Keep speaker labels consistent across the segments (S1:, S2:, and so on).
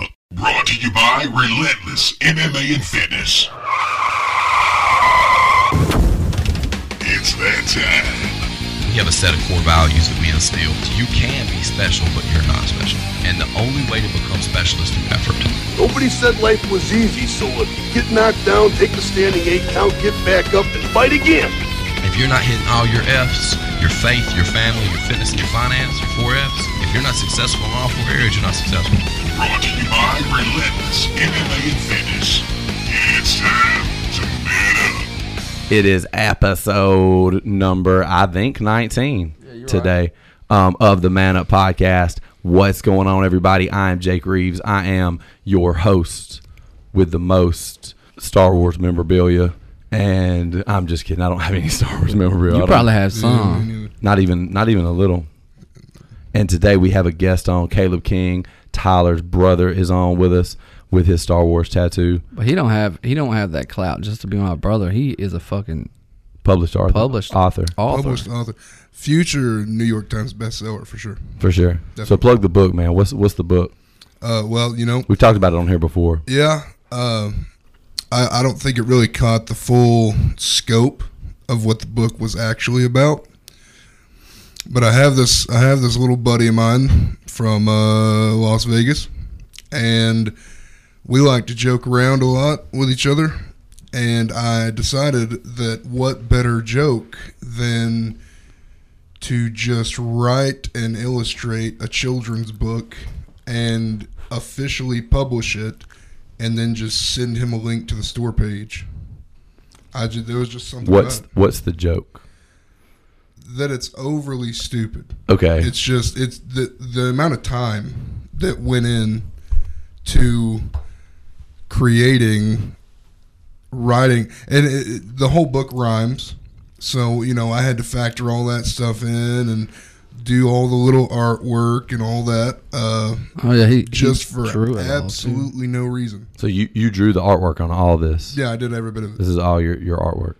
S1: to you by Relentless MMA and Fitness. It's that time.
S2: You have a set of core values that we instill. You can be special, but you're not special. And the only way to become special is through effort.
S3: Nobody said life was easy, so if you get knocked down, take a standing eight count, get back up, and fight again.
S2: If you're not hitting all your F's, your faith, your family, your fitness, and your finance, your four F's, if you're not successful in all four areas, you're not successful.
S1: Brought to you by Relentless MMA and Fitness. It's time to man up.
S4: It is episode number, I think, 19 today um, of the Man Up Podcast. What's going on, everybody? I am Jake Reeves. I am your host with the most Star Wars memorabilia. And I'm just kidding. I don't have any Star Wars memorabilia. I
S5: You
S4: don't-
S5: probably have some.
S4: not even not even a little. And today we have a guest on, Caleb King, Tyler's brother is on with us with his Star Wars tattoo.
S5: But he don't have he don't have that clout just to be my brother. He is a fucking
S4: Published author.
S5: Published.
S4: author.
S5: author.
S6: Published author, future New York Times bestseller for sure.
S4: For sure. So
S6: Definitely.
S4: plug the book, man. What's what's the book?
S6: Uh, well, you know,
S4: We've talked about it on here before.
S6: yeah, um, I, I don't think it really caught the full scope of what the book was actually about. But I have this, I have this little buddy of mine from uh, Las Vegas, and we like to joke around a lot with each other. And I decided that what better joke than to just write and illustrate a children's book and officially publish it and then just send him a link to the store page. I just, there was just something
S4: What's
S6: about
S4: what's the joke?
S6: it, that it's overly stupid.
S4: Okay.
S6: It's just it's the the amount of time that went in to creating, writing, and it, it- the whole book rhymes. So you know, I had to factor all that stuff in and do all the little artwork and all that, uh,
S5: oh yeah, he he
S6: just for
S5: drew it all, too.
S6: absolutely no reason.
S4: so you you drew the artwork on all this.
S6: Yeah, I did every bit of it,
S4: This is all your your artwork.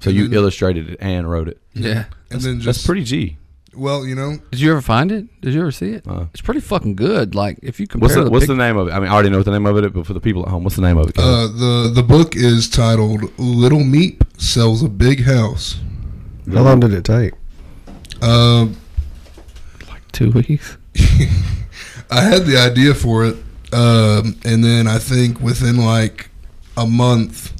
S4: So
S6: And
S4: you
S6: then-
S4: illustrated it and wrote it.
S5: Yeah.
S6: and then
S4: That's
S6: just
S4: pretty G.
S6: well, you know,
S5: Did you ever find it? Did you ever see it?
S4: Uh-uh.
S5: it's pretty fucking good. Like if you compare
S4: What's the,
S5: the,
S4: what's
S5: pic-
S4: the name of it? I mean, I already know what the name of it, but for the people at home, what's the name of it? Caleb?
S6: uh, the the book is titled "Little Meep Sells a Big House."
S7: How long did it take?
S6: Um,
S5: two weeks.
S6: I had the idea for it, um, and then I think within like a month,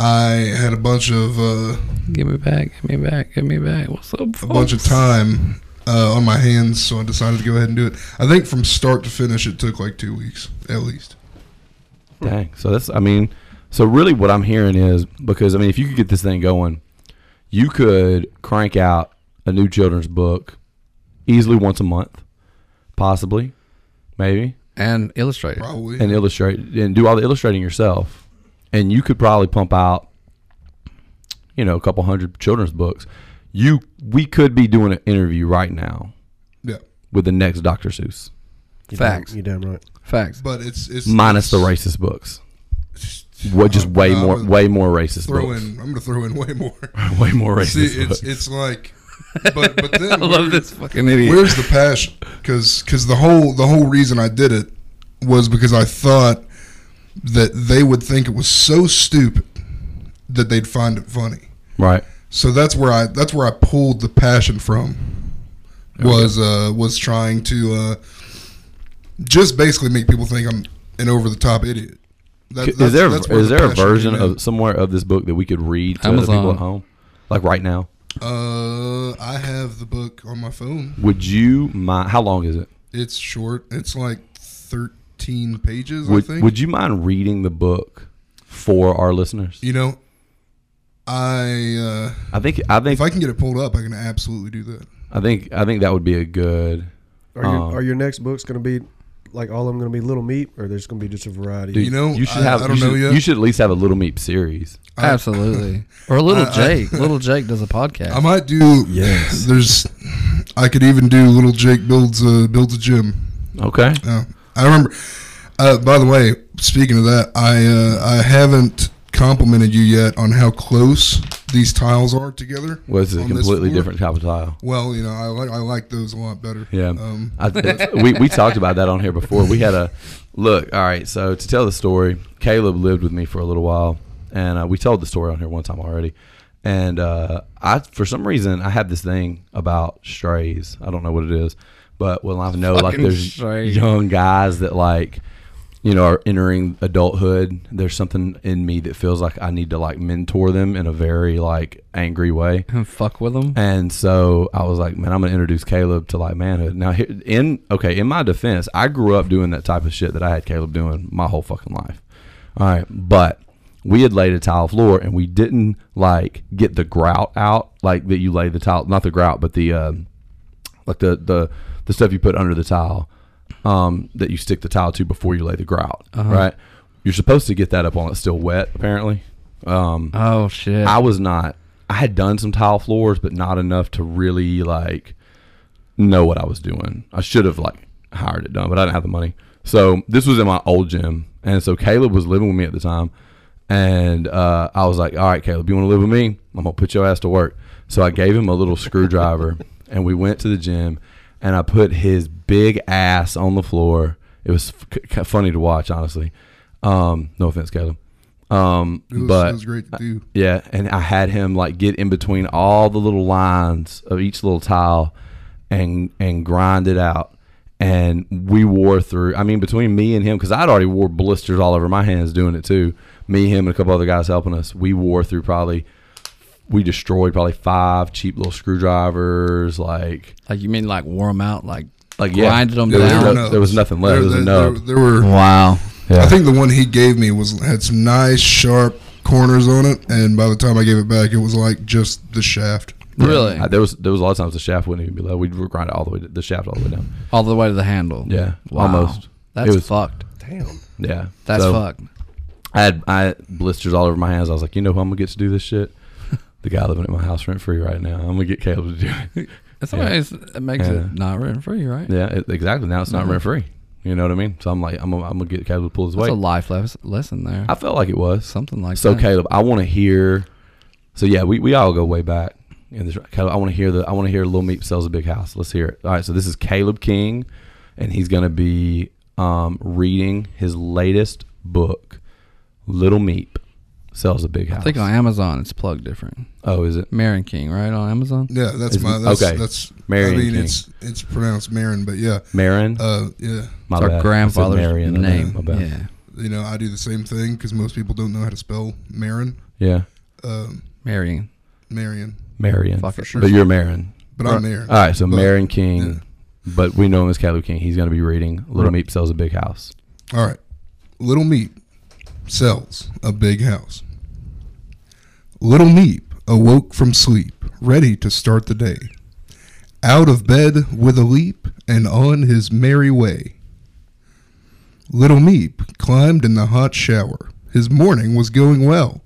S6: I had a bunch of uh,
S5: Give me back, give me back, give me back. What's up?
S6: a bunch of time uh, on my hands, so I decided to go ahead and do it. I think from start to finish, it took like two weeks at least.
S4: Dang. So that's I mean, so really what I'm hearing is because I mean, if you could get this thing going, you could crank out a new children's book easily once a month, possibly, maybe,
S5: and illustrate. it.
S6: Probably.
S4: and illustrate and do all the illustrating yourself, and you could probably pump out, you know, a couple hundred children's books. You we could be doing an interview right now
S6: yeah,
S4: with the next Dr. Seuss,
S7: You
S5: Facts.
S7: Damn, you damn right.
S5: Facts.
S6: but it's it's
S4: minus the
S6: it's-
S4: racist books. What just way
S6: I'm
S4: more
S6: gonna
S4: way more racist
S6: Throw
S4: books.
S6: in. I'm gonna throw in way more.
S4: Way more
S6: See,
S4: racist
S6: it's
S4: books.
S6: it's like, but but then
S5: I love this fucking idiot.
S6: Where's the passion? Because the whole the whole reason I did it was because I thought that they would think it was so stupid that they'd find it funny.
S4: right.
S6: So that's where I that's where I pulled the passion from. Was uh was trying to uh just basically make people think I'm an over the top idiot. That,
S4: Is
S6: that's-
S4: there
S6: that's where
S4: is
S6: the
S4: there a
S6: passion
S4: version
S6: came in.
S4: of somewhere of this book that we could read to the people
S5: Amazon.
S4: at home, like right now?
S6: Uh, I have the book on my phone.
S4: Would you mind? How long is it?
S6: It's short. It's like thirteen pages. I
S4: Would
S6: think.
S4: Would you mind reading the book for our listeners?
S6: You know, I uh,
S4: I think I think
S6: if
S4: I,
S6: I can get it pulled up, I can absolutely do that.
S4: think I think that would be a good.
S7: Are, your
S4: Um,
S7: are your next books going to be like all of them going to be Little Meat, or there's going to be just a variety?
S4: Dude,
S6: You know,
S4: you should
S6: I-
S4: have.
S6: I don't
S4: you,
S6: know
S4: should,
S6: yet.
S4: you should at least have a Little Meep series.
S5: Absolutely. or little
S6: I- I-
S5: Jake. little Jake does a podcast.
S6: I might do.
S7: Yes.
S6: There's, I could even do little Jake builds a builds a gym.
S4: Okay.
S6: Yeah. I remember. Uh, by the way, speaking of that, I uh, I haven't complimented you yet on how close these tiles are together.
S4: Was a
S6: on this
S4: completely
S6: floor.
S4: different type of tile.
S6: Well, you know, I like I like those a lot better.
S4: Yeah,
S6: Um,
S4: I, that's- we we talked about that on here before. We had a look. All right, so to tell the story, Caleb lived with me for a little while, and uh, we told the story on here one time already. And uh, I, for some reason, I have this thing about strays. I don't know what it is, but when I know like
S5: Fucking
S4: there's
S5: strays.
S4: young guys that like you know are entering adulthood, there's something in me that feels like I need to like mentor them in a very like angry way.
S5: And fuck with them.
S4: And so I was like, man, I'm gonna introduce Caleb to like manhood. Now, here- in okay, in my defense, I grew up doing that type of shit that I had Caleb doing my whole fucking life. All right, but we had laid a tile floor and we didn't like get the grout out, like that you lay the tile, not the grout, but the um, like the the the stuff you put under the tile um, that you stick the tile to before you lay the grout. Right, you're supposed to get that up while it's still wet, apparently. Um,
S5: Oh shit.
S4: I was not. I had done some tile floors, but not enough to really like know what I was doing. I should have like hired it done, but I didn't have the money. So this was in my old gym, and so Caleb was living with me at the time, and uh, I was like, "All right, Caleb, you want to live with me? I'm gonna put your ass to work." So I gave him a little screwdriver, and we went to the gym, and I put his big ass on the floor. It was f- c- funny to watch, honestly. Um, no offense, Caleb. Um,
S6: it, was,
S4: but
S6: it was great to do.
S4: yeah, and I had him like get in between all the little lines of each little tile and and grind it out. And we wore through. I mean, between me and him, because I'd already wore blisters all over my hands doing it too. Me, him, and a couple other guys helping us. We wore through probably. We destroyed probably five cheap little screwdrivers. Like,
S5: like you mean like wore them out? Like
S4: like yeah,
S5: grinded them
S6: Yeah, there
S5: down?
S6: were
S4: no-
S6: nubs.
S4: there was nothing left. It was a
S6: there,
S4: nub.
S6: there were
S5: Wow.
S4: Yeah.
S6: I think the one he gave me was had some nice sharp corners on it, and by the time I gave it back, it was like just the shaft.
S5: Really?
S4: Uh, there was there was a lot of times the shaft wouldn't even be low. We'd grind it all the way the shaft all the way down.
S5: All the way to the handle.
S4: Yeah,
S5: Wow.
S4: almost.
S5: That's
S4: It was-
S5: fucked.
S7: Damn.
S4: Yeah,
S5: That's
S4: So-
S5: fucked.
S4: I had I had blisters all over my hands. I was like, you know who I'm gonna get to do this shit? The guy living at my house rent free right now. I'm gonna get Caleb to do it.
S5: That's
S4: Yeah.
S5: what it's- it makes
S4: Yeah.
S5: it not written free, right?
S4: yeah, it- exactly. Now it's not rent free. You know what I mean? So I'm like, I'm gonna, I'm gonna get Caleb to pull his
S5: Mm-hmm. That's
S4: weight.
S5: a life les- lesson there.
S4: I felt like it was.
S5: Something like
S4: so
S5: that.
S4: Caleb, I want to hear. So yeah, we, we all go way back. And this, Caleb, I want to hear the I want to hear Lil Meep sells a big house. Let's hear it. All right, so this is Caleb King, and he's gonna be um, reading his latest book, Little Meep sells a big house.
S5: I think on Amazon it's plugged different.
S4: oh, is it?
S5: Marion King, right? On Amazon?
S6: Yeah, that's
S4: Is-
S6: my that's,
S4: okay.
S6: That's
S4: Marion
S6: I mean,
S4: King.
S6: it's it's pronounced Marin, but yeah,
S4: Marin.
S6: uh, yeah.
S4: my
S5: it's our
S4: bad. I said
S5: grandfather's
S4: Marion, I
S5: name.
S4: know. My bad.
S5: Yeah.
S6: You know, I do the same thing because most people don't know how to spell Marin,
S4: Yeah.
S6: um,
S5: Marion.
S6: Marion,
S4: Marion.
S5: Fuck it.
S4: But you're Marin.
S6: but I'm Marin.
S4: All right, so
S6: But-
S4: Marin King,
S6: yeah.
S4: but we know him as Caleb King. He's going to be reading Little Meep Sells a Big House.
S6: All right. Little Meep sells a big house. Little Meep awoke from sleep, ready to start the day. Out of bed with a leap and on his merry way. Little Meep climbed in the hot shower. His morning was going well.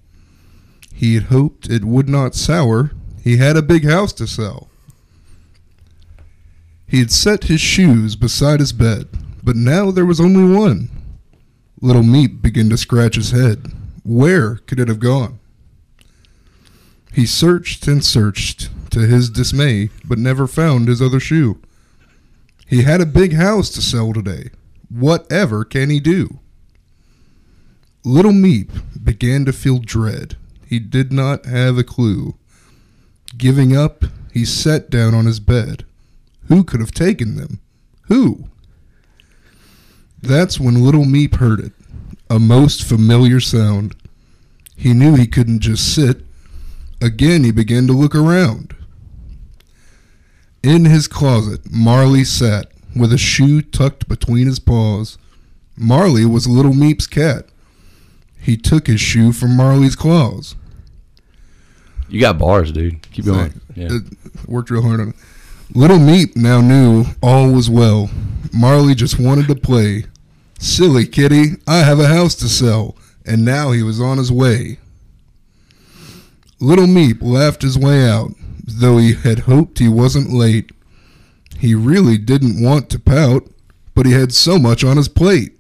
S6: He had hoped it would not sour. He had a big house to sell. He had set his shoes beside his bed, but now there was only one. Little Meep began to scratch his head. Where could it have gone? He searched and searched, to his dismay, but never found his other shoe. He had a big house to sell today. Whatever can he do? Little Meep began to feel dread. He did not have a clue. Giving up, he sat down on his bed. Who could have taken them? Who? That's when Little Meep heard it, a most familiar sound. He knew he couldn't just sit. Again, he began to look around. In his closet, Marley sat with a shoe tucked between his paws. Marley was Little Meep's cat. He took his shoe from Marley's claws.
S4: You got bars, dude. Keep going. Yeah.
S6: It worked real hard on it. Little Meep now knew all was well. Marley just wanted to play. Silly kitty, I have a house to sell. And now he was on his way. Little Meep laughed his way out, though he had hoped he wasn't late. He really didn't want to pout, but he had so much on his plate.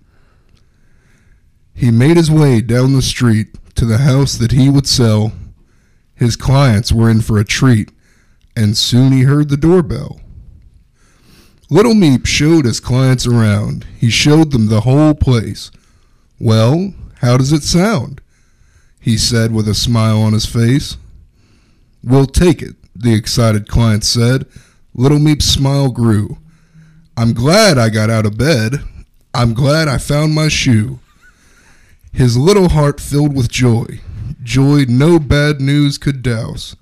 S6: He made his way down the street to the house that he would sell. His clients were in for a treat, and soon he heard the doorbell. Little Meep showed his clients around. He showed them the whole place. Well, how does it sound? He said with a smile on his face. We'll take it, the excited client said. Little Meep's smile grew. I'm glad I got out of bed. I'm glad I found my shoe. His little heart filled with joy. Joy no bad news could douse.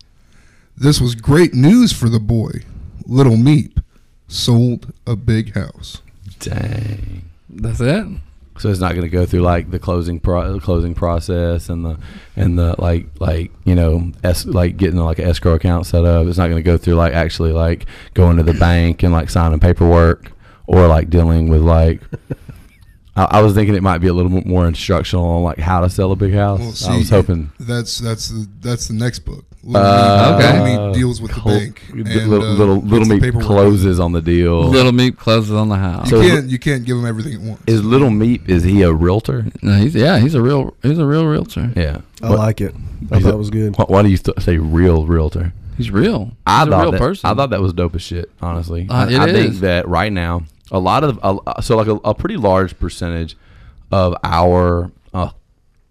S6: This was great news for the boy. Little Meep sold a big house.
S4: Dang.
S5: That's it.
S4: So it's not going to go through like the closing pro- closing process and the and the like like you know es- like getting like an escrow account set up. It's not going to go through like actually like going to the bank and like signing paperwork or like dealing with like. I, I was thinking it might be a little bit more instructional on like how to sell a big house.
S6: Well,
S4: I was
S6: see,
S4: hoping.
S6: That's that's the that's the next book. Little
S4: Uh,
S6: Meep,
S5: okay.
S6: Little Meep deals with the
S4: Col-
S6: bank.
S4: li-
S6: and,
S4: little
S6: uh,
S4: little,
S6: gets
S4: little
S6: the
S4: me
S6: paperwork.
S4: closes on the deal.
S5: Little meat closes on the house.
S4: So-
S6: You can't you can't give them everything at once.
S4: Is Little Meep is he a realtor?
S5: no, he's yeah, he's a real he's a real realtor.
S4: Yeah.
S7: I
S4: What-
S7: like it. I
S4: he's
S7: thought
S4: a-
S7: it was good.
S4: Why, why do you th- say real realtor?
S5: He's real.
S4: I
S5: he's
S4: thought
S5: a real
S4: that,
S5: person.
S4: I thought that was dope as shit. Honestly,
S5: Uh,
S4: I,
S5: it
S4: I think
S5: is.
S4: that right now a lot of a, so like a, a pretty large percentage of our uh,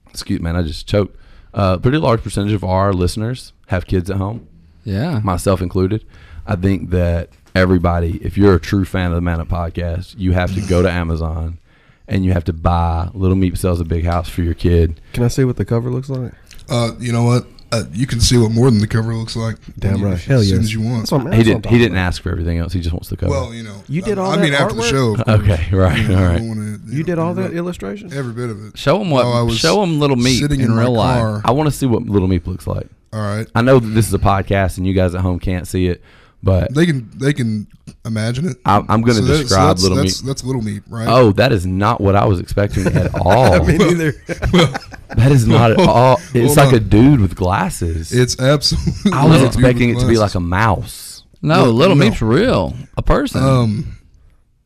S4: excuse man, I just choked. uh, pretty large percentage of our listeners have kids at home,
S5: yeah.
S4: myself included. I think that everybody, if you're a true fan of the Man Up Podcast, you have to go to Amazon and you have to buy Little Meep sells a big house for your kid.
S7: Can I see what the cover looks like?
S6: Uh, you know what? Uh, you can see what more than the cover looks like.
S7: Damn
S6: You-
S7: right.
S6: As
S7: Hell
S6: soon
S7: yes.
S6: as you want.
S7: That's what I'm-
S4: he
S7: that's what I'm
S4: didn't. He
S7: talking
S4: didn't
S7: about.
S4: ask for everything else. He just wants the cover.
S6: Well, you know,
S7: You did
S6: I-
S7: all
S6: I
S7: that
S6: mean, after the
S7: artwork?
S6: show. of course.
S4: okay, right,
S6: You know,
S4: all
S6: I
S4: right.
S6: don't wanna-
S7: You did
S6: know,
S7: all
S6: you're
S7: that
S6: right.
S7: illustration?
S6: Every bit of it.
S5: Show him what.
S6: While I was
S5: show him little meat in,
S6: sitting in, my
S5: real life.
S6: car.
S4: I want to see what Little Meep looks like.
S6: All right,
S4: I know that this is a podcast and you guys at home can't see it, but
S6: they can they can imagine it.
S4: I, I'm going to
S6: So that- so
S4: describe
S6: that's,
S4: Little
S6: that's,
S4: Meep.
S6: That's little meat, right?
S4: Oh, that is not what I was expecting at all.
S7: Me neither.
S6: well,
S4: that is not at all. It's
S6: Hold
S4: like
S6: on.
S4: a dude with glasses.
S6: it's absolutely.
S4: I was expecting it to be like a mouse.
S5: No,
S6: Look,
S5: little
S6: no.
S5: meat's real. A person.
S4: Oh,
S6: um.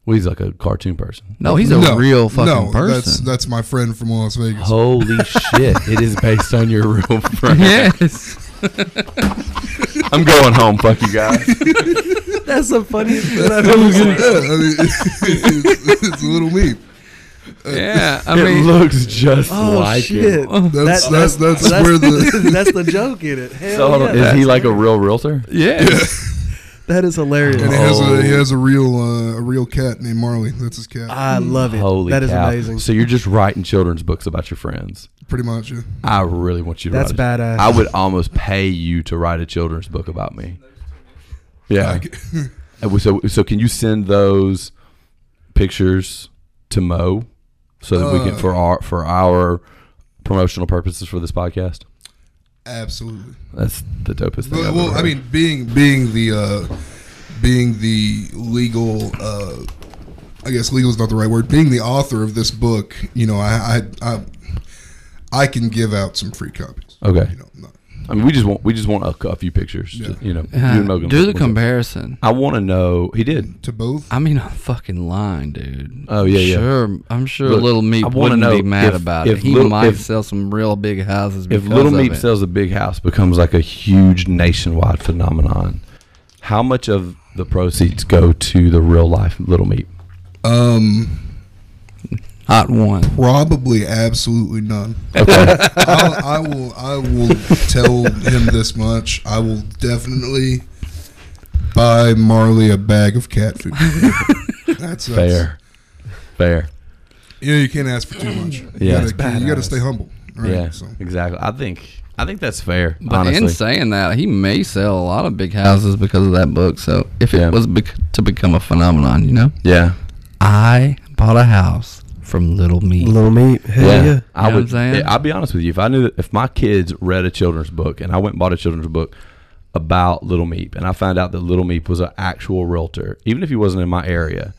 S4: Well, he's like a cartoon person.
S5: no, he's a
S6: no,
S5: real fucking
S6: no, That's
S5: person.
S6: that's my friend from Las Vegas.
S4: Holy shit! It is based on your real friend.
S5: yes.
S4: I'm going home. Fuck you guys.
S7: That's the funniest thing
S6: yeah,
S7: I've
S6: I
S7: ever
S6: mean,
S7: seen.
S6: it's, it's a little meat.
S5: Yeah. I
S4: it
S5: mean,
S4: looks just
S7: Oh
S4: like
S7: shit!
S4: it.
S6: That's
S7: That-
S6: that's that's, where the
S7: that's the joke in it. Hell
S4: So hold on,
S7: yeah,
S4: Oh, is he like a real realtor?
S5: yes.
S7: that is
S6: and he
S7: hilarious.
S6: has
S4: Oh.
S6: a he has a real uh, a real cat named Marley. That's his cat.
S7: I love it.
S4: Holy
S7: that is
S4: cow.
S7: amazing.
S4: So you're just writing children's books about your friends.
S6: Pretty much. Yeah.
S4: I really want you to
S7: That's
S4: write a-
S7: badass.
S4: I would almost pay you to write a children's book about me. Yeah. And we- So so can you send those pictures to Mo so that we can
S6: Uh.
S4: for our for our promotional purposes for this podcast?
S6: Absolutely.
S4: That's the dopest thing.
S6: Well,
S4: I've
S6: well,
S4: ever
S6: I
S4: heard.
S6: mean, being being the uh, being the legal, uh, I guess legal is not the right word. Being the author of this book, you know, I I, I, I can give out some free copies.
S4: Okay.
S6: You know, not,
S4: I mean, we just want we just want a, c- a few pictures.
S6: Yeah.
S4: to- you know, you and
S5: Uh,
S4: Mo can
S5: do the
S4: look at.
S5: comparison.
S4: I want to know. He did.
S6: to both.
S5: I mean, I'm fucking lying, dude.
S4: Oh, yeah, yeah.
S5: Sure, I'm sure
S4: Look,
S5: Little Meat
S4: I wanna
S5: wouldn't
S4: know
S5: be mad
S4: if-
S5: about
S4: if
S5: it. He
S4: Lil-
S5: might
S4: if-
S5: sell some real big houses.
S4: if
S5: Because
S4: Little
S5: of
S4: Meep
S5: it.
S4: sells a big house becomes like a huge nationwide phenomenon, how much of the proceeds go to the real life Little Meep?
S6: Um,
S5: hot one,
S6: probably absolutely none.
S4: Okay.
S6: I'll, I will I will tell him this much. I will definitely buy Marley a bag of cat food. That's that's-
S4: fair, fair.
S6: You know, you can't ask for too much. You
S4: Yeah. It's
S6: gotta, you gotta
S4: badass.
S6: stay humble. Right?
S4: yeah,
S6: So.
S4: exactly. I think I think that's fair.
S5: but in
S4: honestly,
S5: saying that, he may sell a lot of big houses because of that book. So if
S4: Yeah.
S5: it was bec- to become a phenomenon, you know,
S4: yeah,
S5: I bought a house from Little Meat.
S7: Little meat. Hell
S4: yeah.
S7: yeah.
S4: I
S5: You know
S4: would.
S5: what I'm saying?
S4: yeah, I'll be honest with you. If I knew that if my kids read a children's book and I went and bought a children's book about Little Meep and I found out that Little Meep was an actual realtor, even if he wasn't in my area,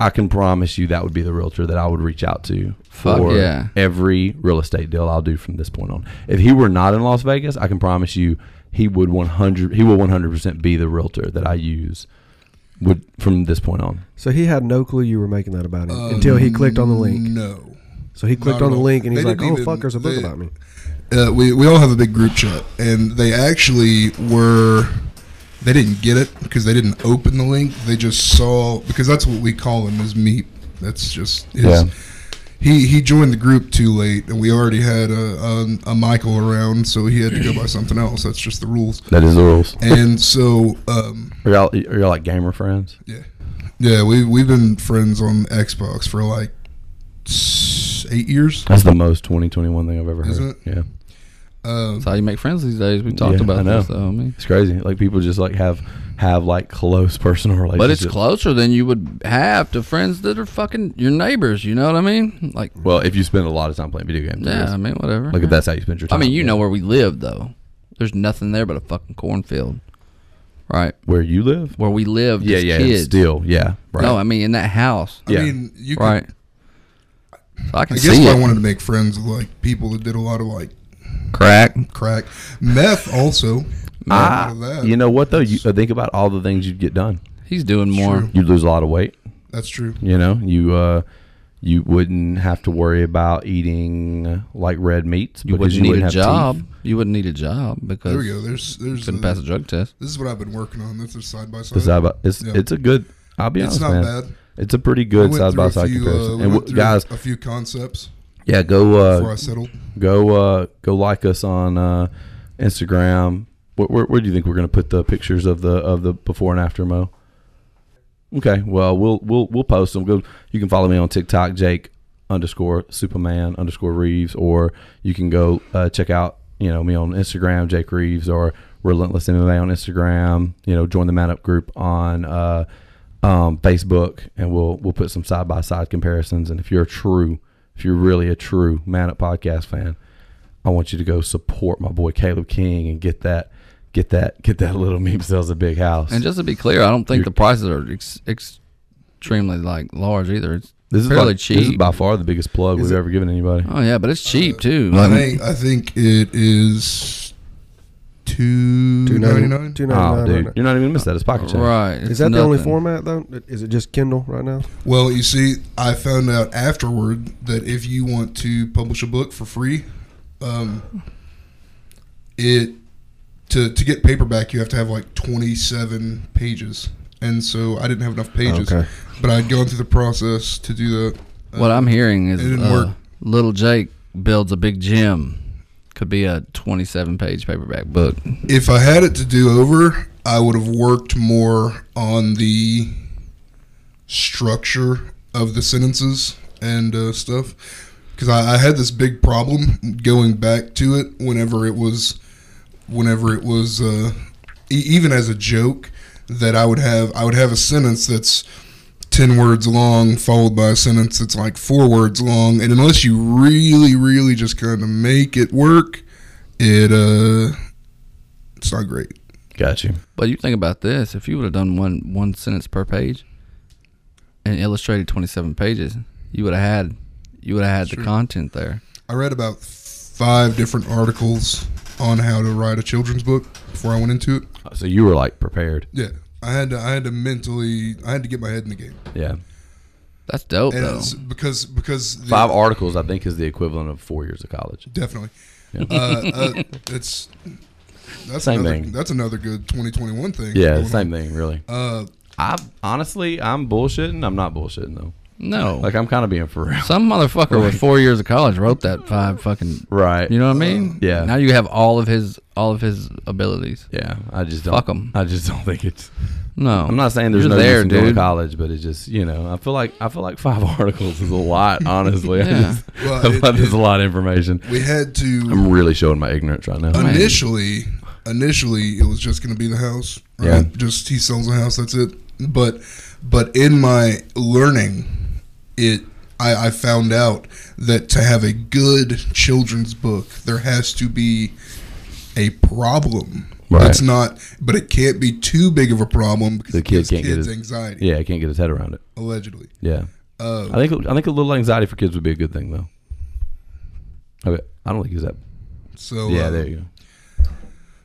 S4: I can promise you that would be the realtor that I would reach out to
S5: Fuck
S4: for
S5: yeah.
S4: every real estate deal I'll do from this point on. If he were not in Las Vegas, I can promise you he would 100 he will 100% be the realtor that I use would from this point on.
S7: So he had no clue you were making that about him
S6: Um,
S7: until he clicked on the link.
S6: No.
S7: So he
S6: not
S7: clicked
S6: at
S7: on the
S6: all.
S7: link and he's
S6: They
S7: like, "Oh
S6: didn't even-
S7: fuck, there's a book
S6: they-
S7: about me."
S6: uh, we we all have a big group chat, and they actually were they didn't get it because they didn't open the link. They just saw because that's what we call him is meat. That's just his.
S4: Yeah.
S6: He he joined the group too late, and we already had a, a a Michael around, so he had to go by something else. That's just the rules.
S4: That is the rules.
S6: And so, um,
S4: Are y'all, are y'all like gamer friends?
S6: yeah, yeah, we we've been friends on Xbox for like s- eight years.
S4: That's the most 2021 thing I've ever heard.
S6: Isn't it?
S4: Yeah,
S6: Um,
S5: That's how you make friends these days. We talked
S4: Yeah, I
S5: about
S4: know.
S5: this, though. I mean,
S4: it's crazy. Like people just like have have like close personal relationships.
S5: but it's closer than you would have to friends that are fucking your neighbors. You know what I mean? Like,
S4: Well, if you spend a lot of time playing video games, it
S5: yeah,
S4: is.
S5: I mean, whatever.
S4: Like if that's how you spend your
S5: I
S4: time.
S5: mean, you
S4: yeah.
S5: know where we live, though. There's nothing there but a fucking cornfield, right?
S4: where you live.
S5: Where we lived
S4: Yeah,
S5: as
S4: yeah.
S5: kids.
S4: Still, yeah. Right.
S5: No, I mean in that house,
S6: I
S4: yeah.
S6: mean, you could,
S5: right? So I can
S6: I guess
S5: see
S6: if
S5: it.
S6: I wanted to make friends with like people that did a lot of like
S5: Crack.
S6: crack, meth also.
S4: Ah,
S6: Not that.
S4: you know what though? You uh, think about all the things you'd get done.
S5: He's doing more.
S6: True.
S4: You would lose a lot of weight.
S6: That's true.
S4: You know, you uh, you wouldn't have to worry about eating uh, like red meats
S5: You
S4: because
S5: wouldn't need a
S4: have
S5: job.
S4: teeth.
S5: You wouldn't need a job because
S6: There we go. There's there's
S5: couldn't
S6: the-
S5: pass a drug test.
S6: this is what I've been working on. That's a side by side.
S4: The side by, it's
S6: Yeah.
S4: it's a good. I'll be
S6: It's
S4: honest,
S6: not
S4: man.
S6: bad.
S4: It's a pretty
S6: I
S4: good
S6: went
S4: side
S6: through
S4: by
S6: a
S4: side
S6: few, uh,
S4: comparison.
S6: we
S4: and
S6: went
S4: w-
S6: through
S4: guys,
S6: a few concepts
S4: yeah, go
S6: before I
S4: uh,
S6: settled.
S4: go uh, go like us on uh, Instagram. Where, where, where do you think we're going to put the pictures of the of the before and after mo? Okay, well we'll we'll we'll post them. Go. You can follow me on TikTok, Jake underscore Superman underscore Reeves, or you can go uh, check out you know me on Instagram, Jake Reeves, or Relentless MMA on Instagram. You know, join the Man Up group on. Uh, um, Facebook, and we'll we'll put some side by side comparisons. And if you're a true, if you're really a true Man Up Podcast fan, I want you to go support my boy Caleb King and get that get that get that little meme sells a big house.
S5: And just to be clear, I don't think the prices are ex- ex- extremely like large either. It's
S4: this is
S5: fairly
S4: like,
S5: cheap.
S4: This is by far the biggest plug we've ever given anybody.
S5: oh yeah, but it's cheap too.
S6: I think I think it is two
S7: Two
S6: ninety nine.
S7: Two
S4: Oh,
S7: ninety nine.
S4: dude, you're not even gonna miss that. It's pocket change.
S5: right.
S7: Is
S5: it's
S7: that the only
S5: nothing.
S7: format though? Is it just Kindle right now?
S6: Well, you see, I found out afterward that if you want to publish a book for free, um, it to to get paperback you have to have like twenty seven pages, and so I didn't have enough pages.
S7: Okay.
S6: But I'd gone through the process to do that.
S5: What I'm hearing is
S6: It didn't
S5: uh,
S6: work.
S5: little Jake builds a big gym. Could be a 27 page paperback book.
S6: If I had it to do over, I would have worked more on the structure of the sentences and uh, stuff. Because I, I had this big problem going back to it whenever it was, whenever it was, uh, e- even as a joke, that I would have I would have a sentence that's ten words long, followed by a sentence that's like four words long, and unless you really, really just kind of make it work, it uh, it's not great.
S4: Got you.
S5: But you think about this: if you would have done one one sentence per page and illustrated 27 pages, you would have had you would have had the content there.
S6: I read about five different articles on how to write a children's book before I went into it.
S4: So you were like prepared.
S6: Yeah, I had to, I had to mentally, I had to get my head in the game,
S4: Yeah.
S5: That's dope,
S6: and
S5: though.
S6: it's because because the,
S4: Oh. Five articles, I think, is the equivalent of four years of college.
S6: definitely. Uh, uh, it's that's
S4: Same
S6: another,
S4: thing.
S6: That's another good 2021 thing.
S4: Yeah,
S6: going
S4: same thing, really.
S6: on. Uh,
S4: I honestly, I'm bullshitting. I'm not bullshitting though.
S5: No,
S4: Like I'm kind of being for real.
S5: some motherfucker with four years of college wrote that five fucking.
S4: Right.
S5: You know what I mean?
S4: yeah.
S5: Now you have all of his all of his abilities.
S4: Yeah, I just don't.
S5: Fuck 'em.
S4: I just don't think it's.
S5: No,
S4: I'm not saying there's
S5: You're
S4: no
S5: there,
S4: use in going to
S5: dude.
S4: college, but it's just you know I feel like I feel like five articles is a lot. Honestly, I
S5: Yeah.
S4: just
S6: Well,
S4: I feel
S6: it-
S4: like there's
S6: it-
S4: a lot of information.
S6: we had to
S4: I'm really showing my ignorance right now.
S6: initially, initially it was just going to be the house. Right?
S4: Yeah.
S6: Just he sells a house. That's it. But but in my learning, it I, I found out that to have a good children's book, there has to be a problem.
S4: Right.
S6: It's not, but it can't be too big of a problem because
S4: The
S6: it
S4: kid
S6: gives
S4: can't get
S6: kids
S4: his-
S6: anxiety.
S4: yeah, I can't get his head around it.
S6: Allegedly,
S4: Yeah,
S6: uh,
S4: I think I think a little anxiety for kids would be a good thing though. Okay, I don't think he's that.
S6: so
S4: Yeah,
S6: uh,
S4: there you go.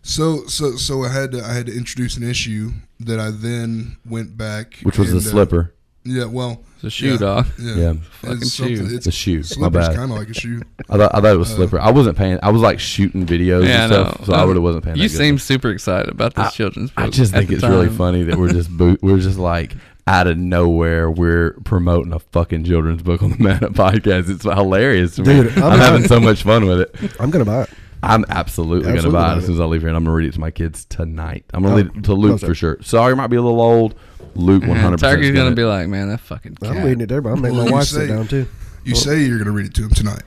S6: So so so I had to I had to introduce an issue that I then went back
S4: Which was the
S6: and, uh,
S4: slipper.
S6: Yeah, well,
S5: It's a shoe,
S6: yeah,
S5: dog.
S6: Yeah,
S4: Yeah.
S5: Fucking
S6: it's something-
S5: shoe.
S4: It's a shoe. My
S6: Slipper's
S4: bad.
S6: kind of like a shoe.
S4: I thought, I thought it was
S6: Uh,
S4: slipper. I wasn't paying. I was like shooting videos
S5: Yeah, I
S4: and stuff,
S5: know. Uh,
S4: so I would have wasn't paying.
S5: You
S4: that good
S5: seem super excited about this
S4: I-
S5: children's book.
S4: I just
S5: at
S4: think
S5: the
S4: it's really
S5: time.
S4: funny that we're just boot, we're just like out of nowhere we're promoting a fucking children's book on the Man Up podcast. It's hilarious, to me.
S7: Dude,
S4: I'm,
S7: I'm
S4: having
S7: not-
S4: so much fun with it.
S7: I'm gonna buy it.
S4: I'm absolutely,
S7: Absolutely
S4: gonna buy
S7: buy
S4: it as
S7: it.
S4: soon as I leave here, and I'm gonna read it to my kids tonight. I'm gonna
S7: Oh,
S4: leave it to Luke
S7: love
S4: for
S7: that.
S4: sure. Sorry, might be a little old. Luke,
S5: And
S4: 100. percent
S5: Tiger's Mm-hmm. gonna be like, man, that fucking cat.
S7: I'm reading it there, but I'm making
S6: Well,
S7: my
S6: you
S7: wife sit
S6: say-
S7: down too.
S6: You say you're going to read it to him tonight,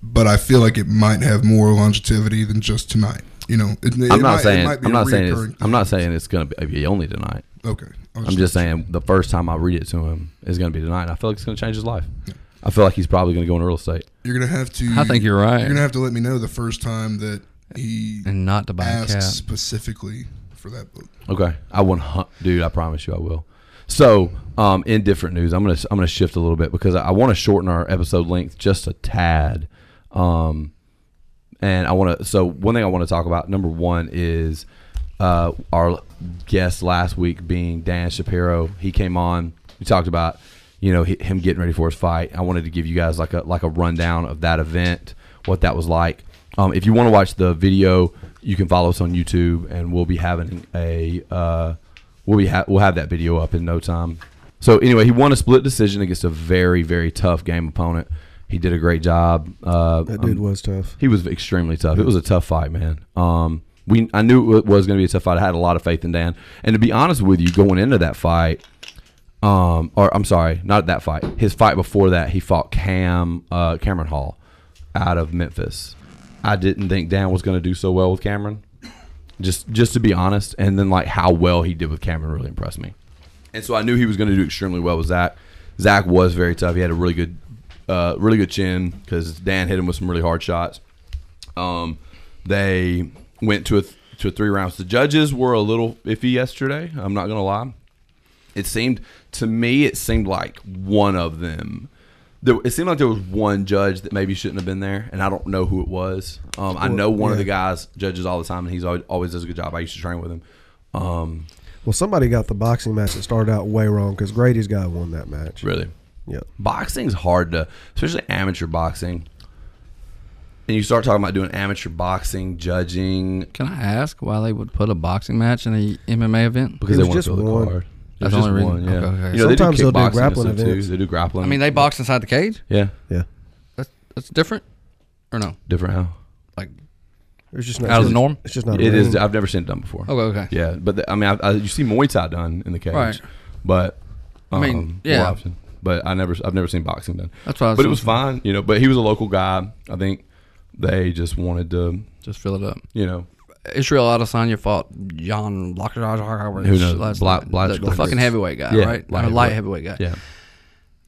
S6: but I feel like it might have more longevity than just tonight. You know, it, it
S4: I'm not
S6: might,
S4: saying.
S6: It might be
S4: I'm
S6: a
S4: not saying.
S6: reoccurring
S4: It's, I'm not saying it's gonna be, be only tonight.
S6: thing. Okay, I was
S4: I'm just saying the first time I read it to him is gonna be tonight. and I feel like it's gonna change his life. I feel like he's probably gonna go into real estate.
S6: You're going to have to.
S5: I think you're right.
S6: You're going to have to let me know the first time that he
S5: and not to buy a
S6: asked
S5: cat.
S6: specifically for that book.
S4: Okay, I won, dude. I promise you, I will. So, um, in different news, I'm gonna I'm gonna shift a little bit because I, I want to shorten our episode length just a tad. Um, and I want to. So, one thing I want to talk about, number one, is uh, our guest last week being Dan Shapiro. He came on. We talked about you know hi- him getting ready for his fight. I wanted to give you guys like a like a rundown of that event, what that was like. Um, if you want to watch the video, you can follow us on YouTube, and we'll be having a uh, we'll be ha- we'll have that video up in no time. So anyway, he won a split decision against a very very tough game opponent. He did a great job. Uh,
S7: That
S4: I'm-
S7: dude was tough.
S4: he was extremely tough. It was a tough fight, man. Um, we I knew it was going to be a tough fight. I had a lot of faith in Dan, and to be honest with you, going into that fight, um, or I'm sorry, not that fight. His fight before that, he fought Cam uh, Cameron Hall out of Memphis. I didn't think Dan was going to do so well with Cameron. Just just to be honest, and then like how well he did with Cameron really impressed me. And so I knew he was going to do extremely well with Zach. Zach was very tough. He had a really good, uh, really good chin because Dan hit him with some really hard shots. Um, they went to a th- to three rounds. The judges were a little iffy yesterday. I'm not gonna lie. It seemed to me, it seemed like one of them. There, it seemed like there was one judge that maybe shouldn't have been there, and I don't know who it was. Um, I know one of the guys judges all the time, and he's always, always does a good job. I used to train with him. Um,
S7: Well, somebody got the boxing match that started out way wrong because Grady's guy won that match.
S4: really,
S7: Yep.
S4: boxing's hard to especially amateur boxing and you start talking about doing amateur boxing judging
S5: Can I ask why they would put a boxing match in a MMA event?
S4: because
S7: It
S4: they
S7: was
S4: want to
S7: just
S4: fill the
S7: one.
S4: card
S5: That's
S4: It
S5: the
S4: was
S5: only reason.
S4: yeah.
S5: Okay, okay.
S4: You know, Sometimes
S7: Sometimes
S4: they do
S7: they'll do
S4: kickboxing and
S7: grappling
S4: stuff too.
S7: events.
S4: They do grappling.
S5: I mean, they box inside the cage.
S4: yeah,
S7: Yeah.
S5: That's that's different, or no?
S4: different how
S5: Like
S7: It's just not
S5: Out of the
S7: it's-
S5: norm?
S7: It's just not.
S4: it
S7: a
S4: is.
S7: ring.
S4: I've never seen it done before.
S5: oh, okay, okay.
S4: Yeah, but the, I mean, I, I, you see Muay Thai done in the cage,
S5: Right.
S4: but
S5: I mean,
S4: um,
S5: yeah.
S4: more often. But I never, I've never seen boxing done.
S5: That's what I was
S4: But it was
S5: thinking.
S4: fine, you know. But he was a local guy. I think they just wanted to,
S5: Just fill it up.
S4: you know,
S5: Israel Adesanya fought John Blachowicz.
S4: Who knows?
S5: last
S4: Bla-
S5: night. the, the
S4: Blachowicz.
S5: fucking heavyweight guy,
S4: Yeah,
S5: right?
S4: light
S5: Light, light
S4: heavyweight.
S5: heavyweight guy.
S4: yeah.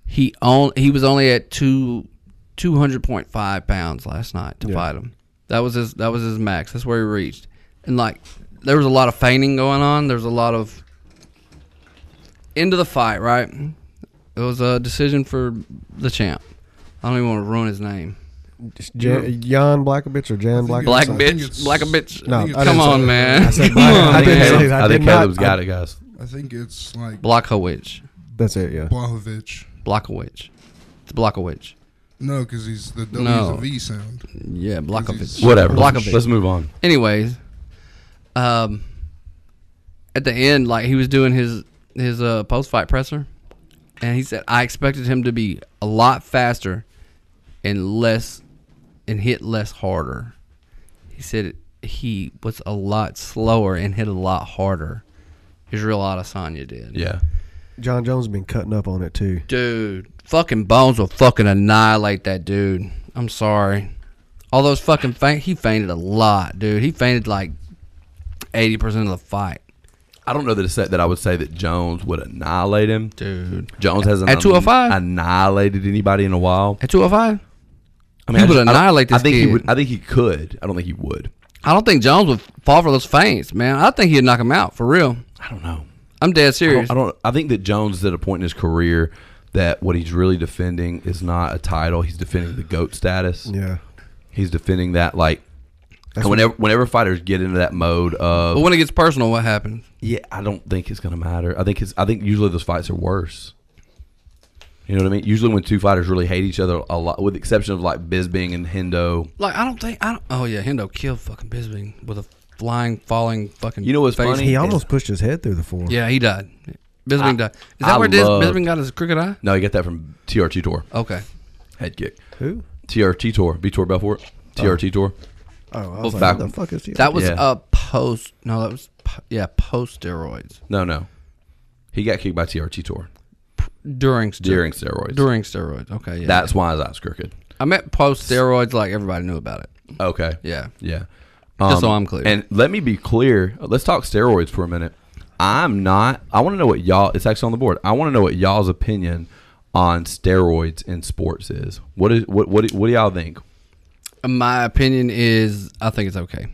S5: He on he was only at two two hundred point five pounds last night to fight him. That was his that was his max. That's where he reached. And like there was a lot of feigning going on. There was a lot of into the fight, right? It was a decision for the champ. I don't even want to ruin his name.
S7: It's Jan, Jan Blackovich or Jan Blackovich.
S5: Black
S6: I think
S5: bitch,
S6: it's-
S5: black a bitch.
S7: No, I didn't
S5: come
S7: say
S5: on,
S6: that.
S5: man.
S7: I said
S5: come on,
S7: I
S4: Hmm. I
S7: didn't
S4: think,
S7: say
S5: man.
S7: it. I
S4: I think
S7: did not-
S4: Caleb's got it, guys.
S6: I think it's like
S5: Blachowicz.
S7: That's it. Yeah.
S6: Blahovich.
S5: Blachowicz. It's Blachowicz.
S6: No, because he's the W's
S5: No.
S6: a V sound.
S5: Yeah, Blachowicz.
S4: Whatever.
S5: Blachowicz.
S4: Let's move on.
S5: Anyways, um, at the end, like he was doing his his uh, post fight presser, and he said, "I expected him to be a lot faster and less and hit less harder." He said he was a lot slower and hit a lot harder. Israel Adesanya did.
S4: Yeah.
S7: John Jones has been cutting up on it too.
S5: Dude, fucking Bones will fucking annihilate that dude. I'm sorry. All those fucking faint, he fainted a lot, dude. He fainted like 80% of the fight,
S4: I don't know that it's that, that I would say that Jones would annihilate him.
S5: dude.
S4: Jones hasn't
S5: At 205?
S4: annihilated anybody in a while.
S5: At 205?
S4: I
S5: He would
S4: I don't-
S5: annihilate
S4: I
S5: this
S4: think he
S5: kid.
S4: would. I think he could. I don't think he would.
S5: I don't think Jones would fall for those feints, man. I think he'd knock him out, for real.
S4: I don't know.
S5: I'm dead
S4: I
S5: serious.
S4: don't, I don't. I think that Jones is at a point in his career that what he's really defending is not a title. He's defending the goat status.
S7: Yeah.
S4: He's defending that like. and whenever whenever fighters get into that mode of
S5: but when it gets personal, what happens?
S4: Yeah, I don't think it's gonna matter. I think it's. I think usually those fights are worse. You know what I mean? Usually, when two fighters really hate each other a lot, with the exception of like Bisbing and Hendo.
S5: Like I don't think I don't. Oh yeah, Hendo killed fucking Bisbing with a flying, falling fucking.
S4: You know what's
S5: face.
S4: funny?
S7: He almost pushed his head through the floor.
S5: Yeah, he died. Bisbing
S4: I-
S5: died. Is that
S4: I
S5: where Dis-
S4: loved-
S5: Bisbing got his crooked eye?
S4: No, you got that from TRT Tour
S5: Okay.
S4: head kick.
S7: Who?
S4: TRT Tour, B Tour Belfort, TRT Tour.
S7: Oh, I was
S4: Well,
S7: like, what
S4: Falcon-
S7: the fuck is he?
S5: That was
S4: Yeah.
S5: a post. No, that was po- yeah post steroids
S4: No, no, he got kicked by TRT Tour
S5: during steroids.
S4: during steroids.
S5: during steroids. Okay, yeah.
S4: That's why his eyes crooked.
S5: I meant post steroids. Like everybody knew about it.
S4: Okay.
S5: Yeah.
S4: Yeah. Um,
S5: Just so I'm clear.
S4: And let me be clear. Let's talk steroids for a minute. I'm not. I want to know what y'all. It's actually on the board. I want to know what y'all's opinion on steroids in sports is. What is what what do- what do y'all think?
S5: My opinion is I think it's okay.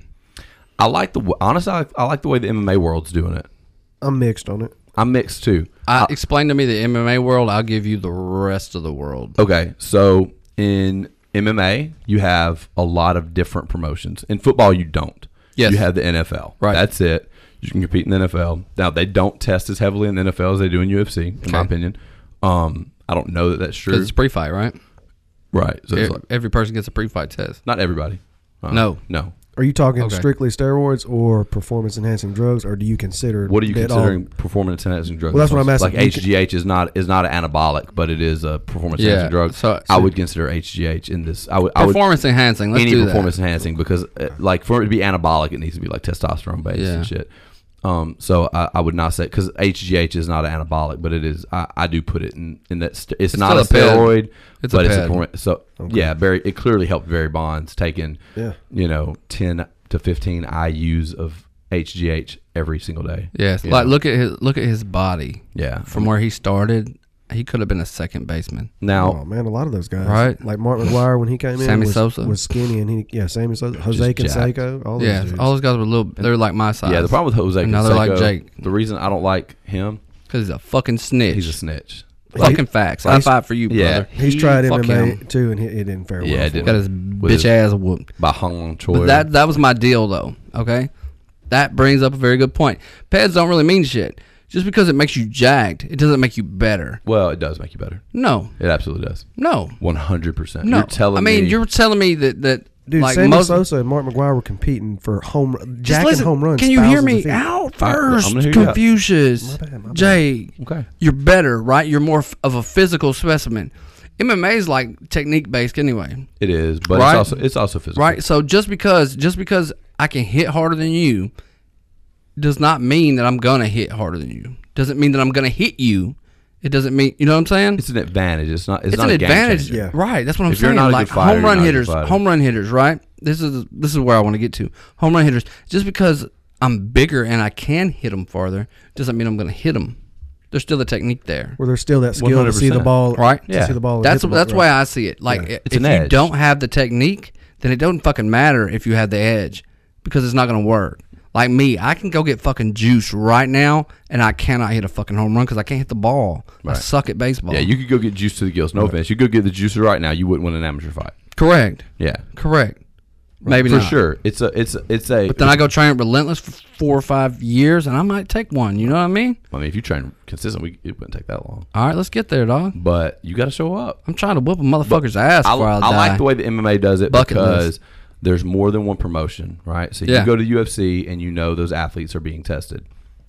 S4: I like the w- honestly. I, I like the way the MMA world's doing it.
S7: I'm mixed on it.
S4: I'm mixed too.
S5: I, explain to me the MMA world. I'll give you the rest of the world.
S4: Okay, so in MMA, you have a lot of different promotions. In football, you don't.
S5: Yes.
S4: You have the NFL.
S5: Right.
S4: That's it. You can compete in the NFL. Now, they don't test as heavily in the NFL as they do in UFC, in my
S5: Okay.
S4: opinion. Um, I don't know that that's true.
S5: Because it's pre-fight, right?
S4: right. So it's
S5: E-
S4: like,
S5: Every person gets a pre-fight test.
S4: not everybody. Uh,
S5: No.
S4: No.
S7: Are you talking
S5: Okay.
S7: strictly steroids or performance enhancing drugs, or do you consider
S4: What are you
S7: it all-
S4: considering performance enhancing drugs?
S7: Well, that's what I'm asking.
S4: Like
S7: You can-
S4: HGH is not is not an anabolic, but it is a performance
S5: Yeah,
S4: enhancing drug.
S5: so-
S4: I
S5: so-
S4: would consider HGH in this. I would I would
S5: Performance enhancing. Let's
S4: any
S5: do
S4: performance
S5: that.
S4: enhancing because uh, like for it to be anabolic, it needs to be like testosterone based
S5: Yeah.
S4: and shit. Um, so I, I would not say because HGH is not an anabolic, but it is. I, I do put it in in that. St- it's, not a
S5: still a
S4: steroid,
S5: It's a
S4: but it's a
S5: ped.
S4: perform- so yeah. Barry, it clearly helped Barry Bonds taking
S7: Yeah.
S4: you know ten to fifteen IU's of HGH every single day.
S5: Yes.
S4: You
S5: Like
S4: know?
S5: look at his look at his body.
S4: yeah.
S5: From where he started, he could have been a second baseman.
S4: Now
S7: Oh man, a lot of those guys,
S5: Right.
S7: Like Mark McGuire when he came in,
S5: Sammy
S7: was,
S5: Sosa.
S7: was skinny, and he yeah, Sammy Sosa, Jose
S4: jacked.
S7: Canseco, all those
S5: yeah. Oh,
S7: dudes.
S5: All those guys were little. They're like my size.
S4: yeah, the problem with Jose
S5: And now they're like
S4: Canseco,
S5: Jake.
S4: The reason I don't like him,
S5: because he's a fucking snitch.
S4: he's a snitch.
S5: fucking facts. High five for you,
S4: Yeah.
S5: brother.
S7: He's tried
S5: Fuck
S7: MMA
S5: him.
S7: too, and it, it didn't fare
S4: Yeah,
S7: well.
S4: it
S7: for
S4: didn't.
S7: him.
S5: Got his
S4: With
S5: bitch
S4: his-
S5: ass whooped.
S4: By Hong Long Choi.
S5: But that that was my deal though. Okay, that brings up a very good point. Pads don't really mean shit. Just because it makes you jagged, it doesn't make you better.
S4: well, it does make you better.
S5: No,
S4: It absolutely does.
S5: no,
S4: One hundred percent.
S5: no.
S4: You're telling
S5: I mean,
S4: me
S5: you're telling me that that
S7: Dude,
S5: like
S7: Sammy
S5: most.
S7: Sosa and Mark McGuire were competing for home
S5: just
S7: jack
S5: listen,
S7: home runs.
S5: Can you hear
S7: thousands of
S5: me
S7: feet.
S5: out
S4: All right, I'm
S5: first?
S4: gonna hear you out.
S5: Confucius,
S7: bad, my bad.
S5: Jay.
S4: Okay.
S5: You're better, right? You're more f- of a physical specimen. MMA is like technique based anyway.
S4: it is, but
S5: Right?
S4: it's also it's also physical.
S5: right so just because just because i can hit harder than you does not mean that i'm gonna hit harder than you doesn't mean that i'm gonna hit you it doesn't mean you know what i'm saying
S4: It's an advantage. It's not. It's,
S5: It's
S4: not
S5: an
S4: a game
S5: advantage
S4: changer.
S7: Yeah.
S5: right that's what i'm
S4: If you're
S5: saying
S4: not a
S5: like
S4: good fighter,
S5: home
S4: you're
S5: run
S4: not a good
S5: hitters
S4: fighter.
S5: home run hitters right this is this is where i want to get to home run hitters just because i'm bigger and i can hit them farther doesn't mean i'm gonna hit them there's still the technique there
S7: Where there's still that skill to see the
S4: 100%.
S7: ball,
S5: Right?
S7: To
S4: Yeah.
S7: see the ball. and
S5: that's
S7: hit the
S5: that's
S7: ball,
S5: why
S7: right.
S5: I see it. Like i-
S4: It's
S5: if
S4: an
S5: you
S4: edge.
S5: don't have the technique, then it doesn't fucking matter if you have the edge because it's not gonna work. Like me, I can go get fucking juice right now, and I cannot hit a fucking home run because I can't hit the ball. I suck at baseball.
S4: Yeah, you could go get juice to the gills. No offense. You could go get the juicer right now. You wouldn't win an amateur fight.
S5: correct,
S4: Yeah,
S5: correct. Maybe
S4: for
S5: not.
S4: sure. It's a it's a, it's a.
S5: But then I go train at relentless for four or five years, and I might take one. You know what I mean?
S4: I mean, if you train consistent, we, it wouldn't take that long.
S5: All right, let's get there, dog.
S4: But you got to show up.
S5: I'm trying to whoop a motherfucker's ass
S4: I,
S5: before I,
S4: I
S5: die.
S4: like the way the MMA does it
S5: Bucket
S4: because
S5: list.
S4: there's more than one promotion, right? So
S5: Yeah.
S4: you go to UFC and you know those athletes are being tested.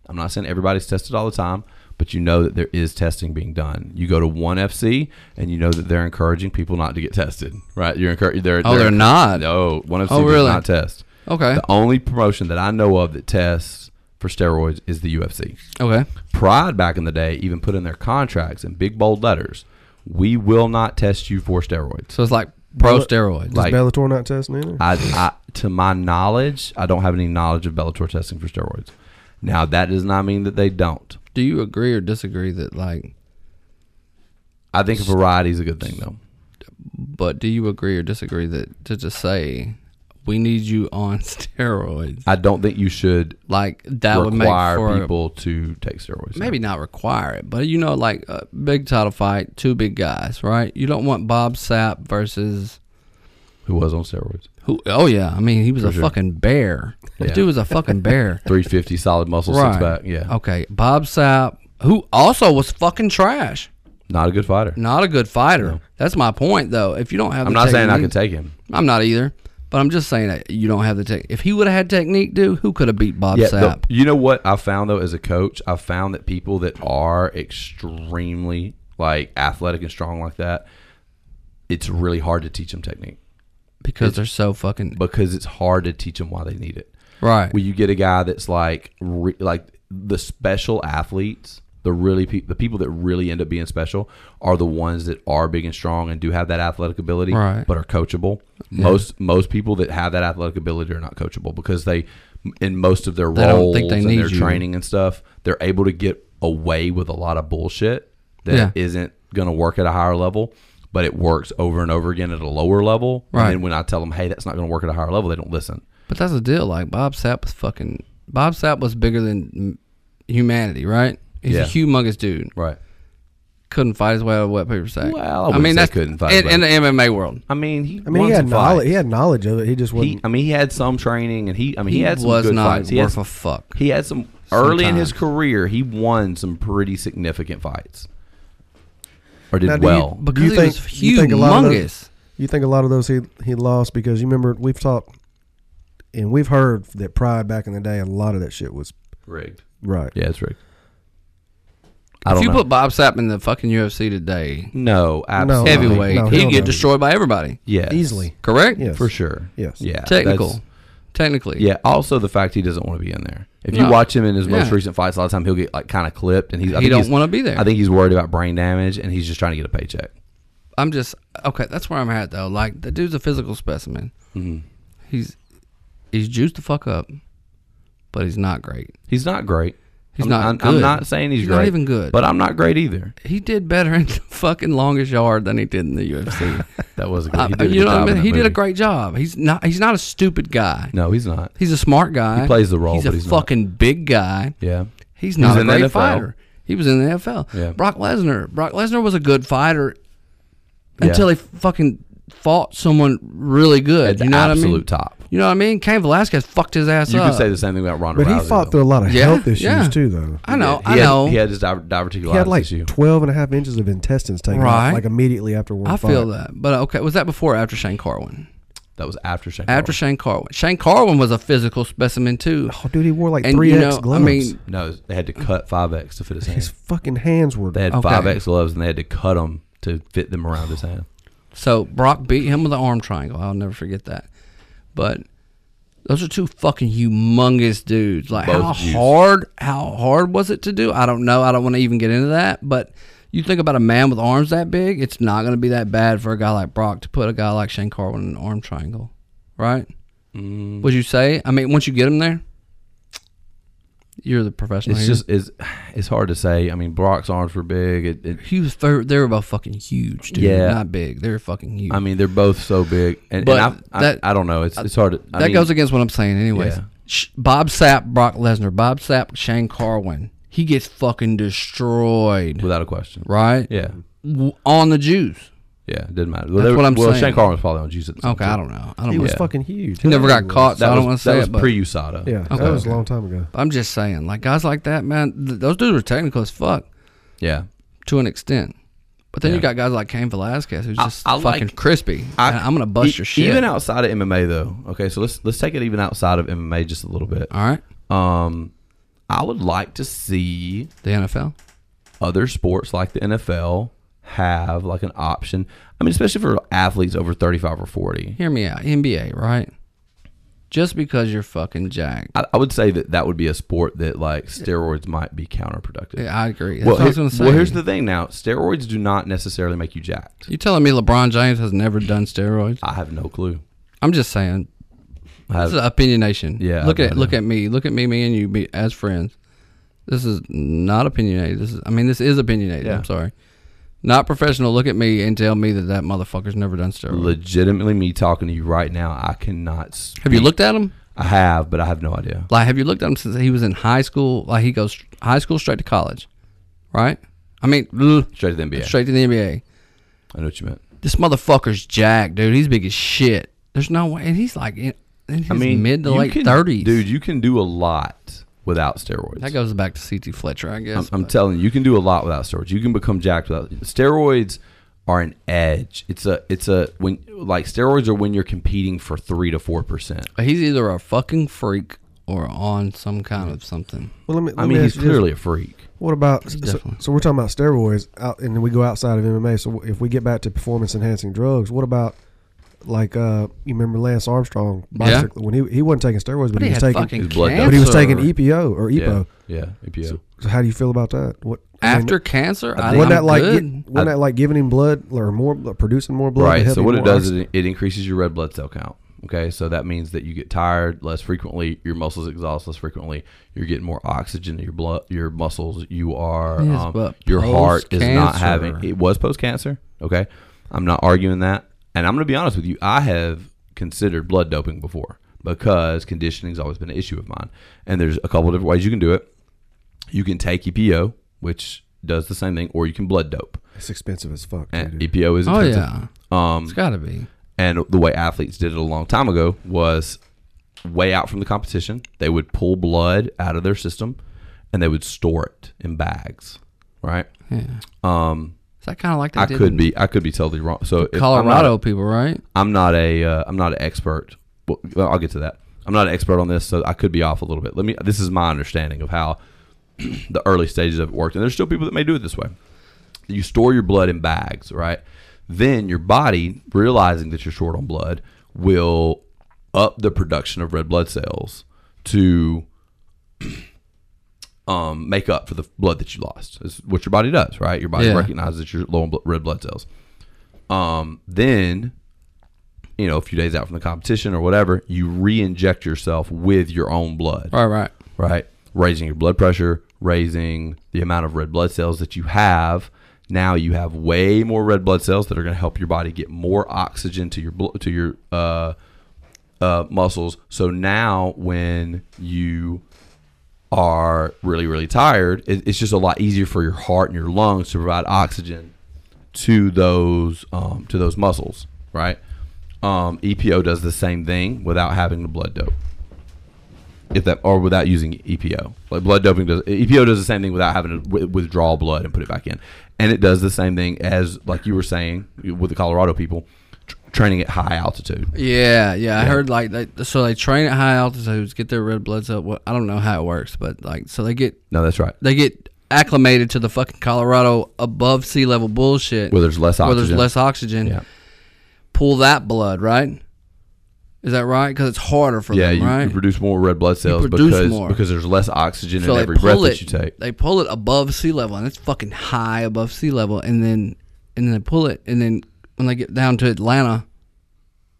S4: I'm not saying everybody's tested all the time, but you know that there is testing being done. You go to one FC and you know that they're encouraging people not to get tested, right? You're encouraging. They're,
S5: Oh, they're not?
S4: No, one FC
S5: Oh,
S4: does
S5: really?
S4: not test.
S5: Okay.
S4: The only promotion that I know of that tests for steroids is the UFC.
S5: okay.
S4: Pride back in the day even put in their contracts in big bold letters, "We will not test you for steroids."
S5: So it's like pro
S7: Look,
S5: steroids.
S4: like-
S7: Bellator not testing either.
S4: I, I, to my knowledge, I don't have any knowledge of Bellator testing for steroids. Now, that does not mean that they don't.
S5: do you agree or disagree that like?
S4: I think variety is a good thing, though.
S5: But do you agree or disagree that to just say we need you on steroids?
S4: I don't think you should
S5: Like that would make
S4: require
S5: for
S4: people to take steroids.
S5: maybe not require it, but you know, like a big title fight, two big guys, right? You don't want Bob Sapp versus
S4: Who was on steroids?
S5: who? Oh yeah, I mean he was a
S4: sure.
S5: fucking bear. This
S4: Yeah.
S5: dude was a fucking bear.
S4: 350 solid muscle
S5: right?
S4: six pack. Yeah.
S5: Okay, Bob Sapp, who also was fucking trash.
S4: Not a good fighter.
S5: Not a good fighter. That's my point, though. If you don't have,
S4: I'm
S5: the
S4: not saying I can take
S5: technique-
S4: him.
S5: I'm not either. But I'm just saying that you don't have the tech. If he would have had technique, dude, who could have beat Bob
S4: Yeah, the-
S5: Sapp?
S4: you know what I found though as a coach, I found that people that are extremely like athletic and strong like that, it's really hard to teach them technique
S5: because they're so fucking
S4: because it's hard to teach them why they need it.
S5: right.
S4: When you get a guy that's like re, like the special athletes, the really pe- the people that really end up being special are the ones that are big and strong and do have that athletic ability,
S5: Right.
S4: but are coachable. Most most people that have that athletic ability are not coachable because they in most of their
S5: They don't
S4: roles
S5: think they
S4: and their
S5: need you.
S4: training and stuff, they're able to get away with a lot of bullshit
S5: Yeah.
S4: that not going to work at a higher level. But it works over and over again at a lower level.
S5: Right.
S4: And then when I tell them, hey, that's not going to work at a higher level, they don't listen.
S5: But that's the deal. Like Bob Sapp was fucking. Bob Sapp was bigger than m- humanity, right? He's
S4: Yeah.
S5: a humongous dude.
S4: Right.
S5: Couldn't fight his way out of a wet paper sack.
S4: Well, I wouldn't say couldn't fight,
S5: in,
S4: but-
S5: in the MMA world.
S4: I mean, he.
S7: I mean, he
S4: won
S7: had
S4: some
S7: knowledge. He
S4: fights.
S7: had knowledge of it. He just
S4: He-
S7: wasn't.
S4: I mean, he had some training, and he. I mean, he,
S5: He
S4: had some
S5: was
S4: good
S5: not
S4: fights. He had
S5: worth
S4: some-
S5: a fuck.
S4: He had some early in his
S5: Sometimes.
S4: career. He won some pretty significant fights, or did
S7: Now, do you-
S4: well.
S5: Because
S7: You
S5: he
S7: think-
S5: was
S7: you think a lot of those-
S5: humongous.
S7: you think a lot of those he he lost because you remember we've talked and we've heard that pride back in the day. A lot of that shit was
S4: rigged.
S7: right.
S4: Yeah, it's rigged. I don't
S5: If you
S4: know.
S5: put Bob Sapp in the fucking UFC today,
S4: no, absolutely.
S5: heavyweight,
S7: no,
S5: he'd
S7: hell
S5: get
S7: no.
S5: destroyed by everybody.
S4: Yes.
S7: Easily.
S5: Correct?
S7: Yes.
S4: for sure.
S7: Yes.
S4: Yeah.
S5: Technical.
S4: that's-
S5: Technically.
S4: Yeah. Also, the fact he doesn't want to be in there. If
S5: No.
S4: you watch him in his most
S5: Yeah.
S4: recent fights, a lot of time he'll get like kind of clipped, and he's I
S5: He
S4: think
S5: don't
S4: he's-
S5: wanna be there.
S4: I think he's worried about brain damage, and he's just trying to get a paycheck.
S5: I'm just okay. That's where I'm at though. Like the dude's a physical specimen.
S4: Mm-hmm.
S5: He's he's juiced the fuck up, but he's not great.
S4: He's not great.
S5: He's
S4: I'm,
S5: not
S4: I'm,
S5: good.
S4: I'm not saying he's,
S5: He's
S4: great.
S5: not even good.
S4: But I'm not great either.
S5: He did better in the fucking longest yard than he did in the UFC.
S4: That was a good.
S5: I-
S4: He did a
S5: Uh, you
S4: good
S5: know what I
S4: job in
S5: mean?
S4: that
S5: He did a
S4: movie.
S5: great job. He's not he's not a stupid guy.
S4: No, he's not.
S5: He's a smart guy.
S4: He plays the role,
S5: He's
S4: but
S5: a
S4: he's not.
S5: fucking big guy.
S4: Yeah.
S5: He's not
S4: was
S5: a
S4: in the
S5: great
S4: NFL.
S5: fighter. He was in the NFL.
S4: Yeah.
S5: Brock Lesnar. Brock Lesnar was a good fighter
S4: Yeah.
S5: until he fucking fought someone really good.
S4: At the
S5: you know what I mean?
S4: absolute top.
S5: You know what I mean? Cain Velasquez fucked his ass
S4: You
S5: up.
S4: could say the same thing about Ronda
S7: But
S4: Rousey.
S7: he fought
S4: though.
S7: through a lot of
S5: Yeah,
S7: health issues
S5: yeah.
S7: too, though.
S5: I know,
S4: He
S5: I
S4: had-
S5: know.
S4: he had his di-
S7: He had
S4: diverticulitis
S7: like
S4: issue.
S7: 12 and a half inches of intestines taken
S5: Right.
S7: out, like immediately after one
S5: I
S7: fight.
S5: feel that. But okay, was that before or after Shane Carwin?
S4: That was after Shane.
S5: After
S4: Carwin.
S5: Shane Carwin. Shane Carwin was a physical specimen too.
S7: Oh, dude, he wore like
S5: And
S7: three
S5: you
S7: X
S5: know, I
S7: gloves.
S5: mean,
S4: No, they had to cut five X to fit his
S7: his
S4: hand.
S7: fucking hands were.
S4: They had
S5: Okay.
S4: five X gloves and they had to cut them to fit them around his hand.
S5: so Brock beat him with an arm triangle. I'll never forget that. But those are two fucking humongous dudes. Like
S4: Both
S5: how
S4: huge.
S5: hard how hard was it to do? I don't know. I don't want to even get into that. But you think about a man with arms that big, it's not gonna be that bad for a guy like Brock to put a guy like Shane Carwin in an arm triangle. Right?
S4: Mm.
S5: Would you say? I mean, once you get him there, you're the professional.
S4: It's
S5: here.
S4: just it's it's hard to say. I mean, Brock's arms were big. It, it,
S5: he was they were- they were both fucking huge, dude.
S4: Yeah.
S5: not big. They were fucking huge.
S4: I mean, they're both so big, and,
S5: But
S4: and I,
S5: that-
S4: I, I don't know. It's it's hard to. I
S5: that
S4: mean,
S5: goes against what I'm saying, anyways.
S4: Yeah.
S5: Sh Bob Sapp, Brock Lesnar, Bob Sapp, Shane Carwin. He gets fucking destroyed,
S4: without a question.
S5: right?
S4: Yeah,
S5: W- on the Jews.
S4: yeah, it didn't matter. Well,
S5: That's
S4: they were-
S5: what I'm
S4: well,
S5: saying.
S4: Shane Carwin was probably on Jesus.
S5: Okay, I don't know. I don't.
S7: he
S5: know.
S7: was
S4: yeah.
S7: fucking huge.
S5: He never
S7: Hell,
S5: got caught, so
S4: That
S5: I
S4: was,
S5: don't want to say
S4: that was
S5: it. But
S4: pre USADA.
S7: Yeah, that was a long time ago.
S5: I'm just saying, like guys like that, man. Th- those dudes are technical as fuck
S4: Yeah.
S5: to an extent. But then you
S4: Yeah.
S5: got guys like Cain Velasquez, who's
S4: I-
S5: just
S4: I like-
S5: fucking crispy. I, am gonna bust
S4: e-
S5: your shit.
S4: Even outside of MMA though. Okay, so let's let's take it even outside of MMA just a little bit.
S5: All right,
S4: Um I would like to see
S5: the NFL.
S4: other sports like the NFL have like an option. I mean, especially for athletes over 35 or 40.
S5: hear me out. NBA, right? Just because you're fucking jacked.
S4: I, I would say that that would be a sport that like steroids might be counterproductive.
S5: Yeah, I agree. That's
S4: Well,
S5: what I was
S4: here-
S5: gonna say.
S4: well, here's the thing now. Steroids do not necessarily make you jacked.
S5: you telling me LeBron James has never done steroids?
S4: I have no clue.
S5: I'm just saying.
S4: I
S5: This is
S4: have-
S5: opinionation.
S4: Yeah,
S5: Look
S4: I
S5: at
S4: know.
S5: look at me. Look at me, me and you be, as friends. This is not opinionated. This is I mean this is opinionated.
S4: Yeah.
S5: I'm sorry. Not professional. Look at me and tell me that that motherfucker's never done steroids.
S4: legitimately, me talking to you right now, I cannot. Speak.
S5: have you looked at him?
S4: I have, but I have no idea.
S5: Like have you looked at him since he was in high school? Like he goes high school straight to college, right? I mean,
S4: Straight to the NBA.
S5: straight to the NBA.
S4: I know what you meant.
S5: this motherfucker's jacked, dude. He's big as shit. There's no way, and he's like in, in his mid to
S4: you
S5: late
S4: can-
S5: thirties,
S4: Dude, you can do a lot without steroids.
S5: That goes back to C.T. Fletcher, I guess.
S4: I'm, I'm
S5: but-
S4: telling you, you can do a lot without steroids. You can become jacked without steroids. Are an edge. It's a. It's a when like steroids are when you're competing for three to four percent.
S5: But he's either a fucking freak or on some kind of something.
S7: Well, let me.
S4: I
S7: let me
S4: mean, he's
S7: ask you this.
S4: clearly a freak.
S7: What about so,
S5: definitely-
S7: so we're talking about steroids, out, and then we go outside of MMA. So if we get back to performance enhancing drugs, what about like uh you remember Lance Armstrong bicycle when he he wasn't taking steroids, but,
S5: But he
S7: he was
S5: had
S7: taking
S5: fucking
S4: his blood
S5: cancer.
S4: down.
S7: but he was taking E- EPO or EPO.
S4: Yeah, yeah, EPO.
S7: So how do you feel about that? What I mean,
S5: After cancer, I think
S7: wasn't that
S5: I'm
S7: like
S5: good.
S7: gi- wasn't that like giving him blood or more like, producing more blood? to
S4: right.
S7: help
S4: So
S7: him
S4: what it
S7: more
S4: does is
S7: oxygen?
S4: it, it increases your red blood cell count. Okay, so that means that you get tired less frequently. Your muscles exhaust less frequently. You're getting more oxygen in your blood, your muscles. You are
S5: Yes,
S4: um,
S5: but
S4: your heart is not
S5: post-cancer.
S4: having. It was post cancer. Okay, I'm not arguing that, and I'm going to be honest with you. I have considered blood doping before because conditioning's always been an issue of mine, and there's a couple different ways you can do it. You can take EPO, which does the same thing, or you can blood dope.
S7: it's expensive as fuck.
S4: And
S7: dude.
S4: EPO is
S5: Oh
S4: expensive.
S5: yeah,
S4: Um,
S5: it's got to be.
S4: and the way athletes did it a long time ago was way out from the competition they would pull blood out of their system and they would store it in bags right
S5: Yeah.
S4: um
S5: Is that kind of like they
S4: i
S5: did
S4: could
S5: in
S4: be i could be totally wrong so if-
S5: Colorado people, right?
S4: i'm not, I'm not a uh, i'm not an expert well well, i'll get to that i'm not an expert on this so i could be off a little bit let me this is my understanding of how the early stages of it worked and there's still people that may do it this way you store your blood in bags, right? Then your body, realizing that you're short on blood, will up the production of red blood cells to um, make up for the blood that you lost. Is what your body does, right? Your body
S5: Yeah.
S4: recognizes that you're low on bl- red blood cells. Um, then, you know, a few days out from the competition or whatever, you re-inject yourself with your own blood
S5: Right, right.
S4: right? Raising your blood pressure, raising the amount of red blood cells that you have. Now you have way more red blood cells that are going to help your body get more oxygen to your blo- to your uh, uh, muscles. So now when you are really really tired, it, it's just a lot easier for your heart and your lungs to provide oxygen to those um, to those muscles, right? Um, EPO does the same thing without having the blood dope if that or without using EPO. Like blood doping does EPO does the same thing without having to wi- withdraw blood and put it back in, and it does the same thing as like you were saying with the Colorado people tr- training at high altitude.
S5: Yeah, yeah. I heard like they, so they train at high altitudes, get their red bloods up. Well, I don't know how it works, but like so they get
S4: No, that's right.
S5: they get acclimated to the fucking Colorado above sea level bullshit.
S4: Where there's less
S5: where
S4: oxygen.
S5: there's less oxygen.
S4: Yeah.
S5: Pull that blood, right? Is that right? Because it's harder for
S4: yeah,
S5: them,
S4: you,
S5: right?
S4: you produce more red blood cells
S5: produce
S4: because
S5: more.
S4: because there's less oxygen
S5: so
S4: in
S5: they
S4: every breath
S5: pull
S4: that
S5: it.
S4: you take.
S5: They pull it above sea level, and it's fucking high above sea level. And then and then they pull it, and then when they get down to Atlanta,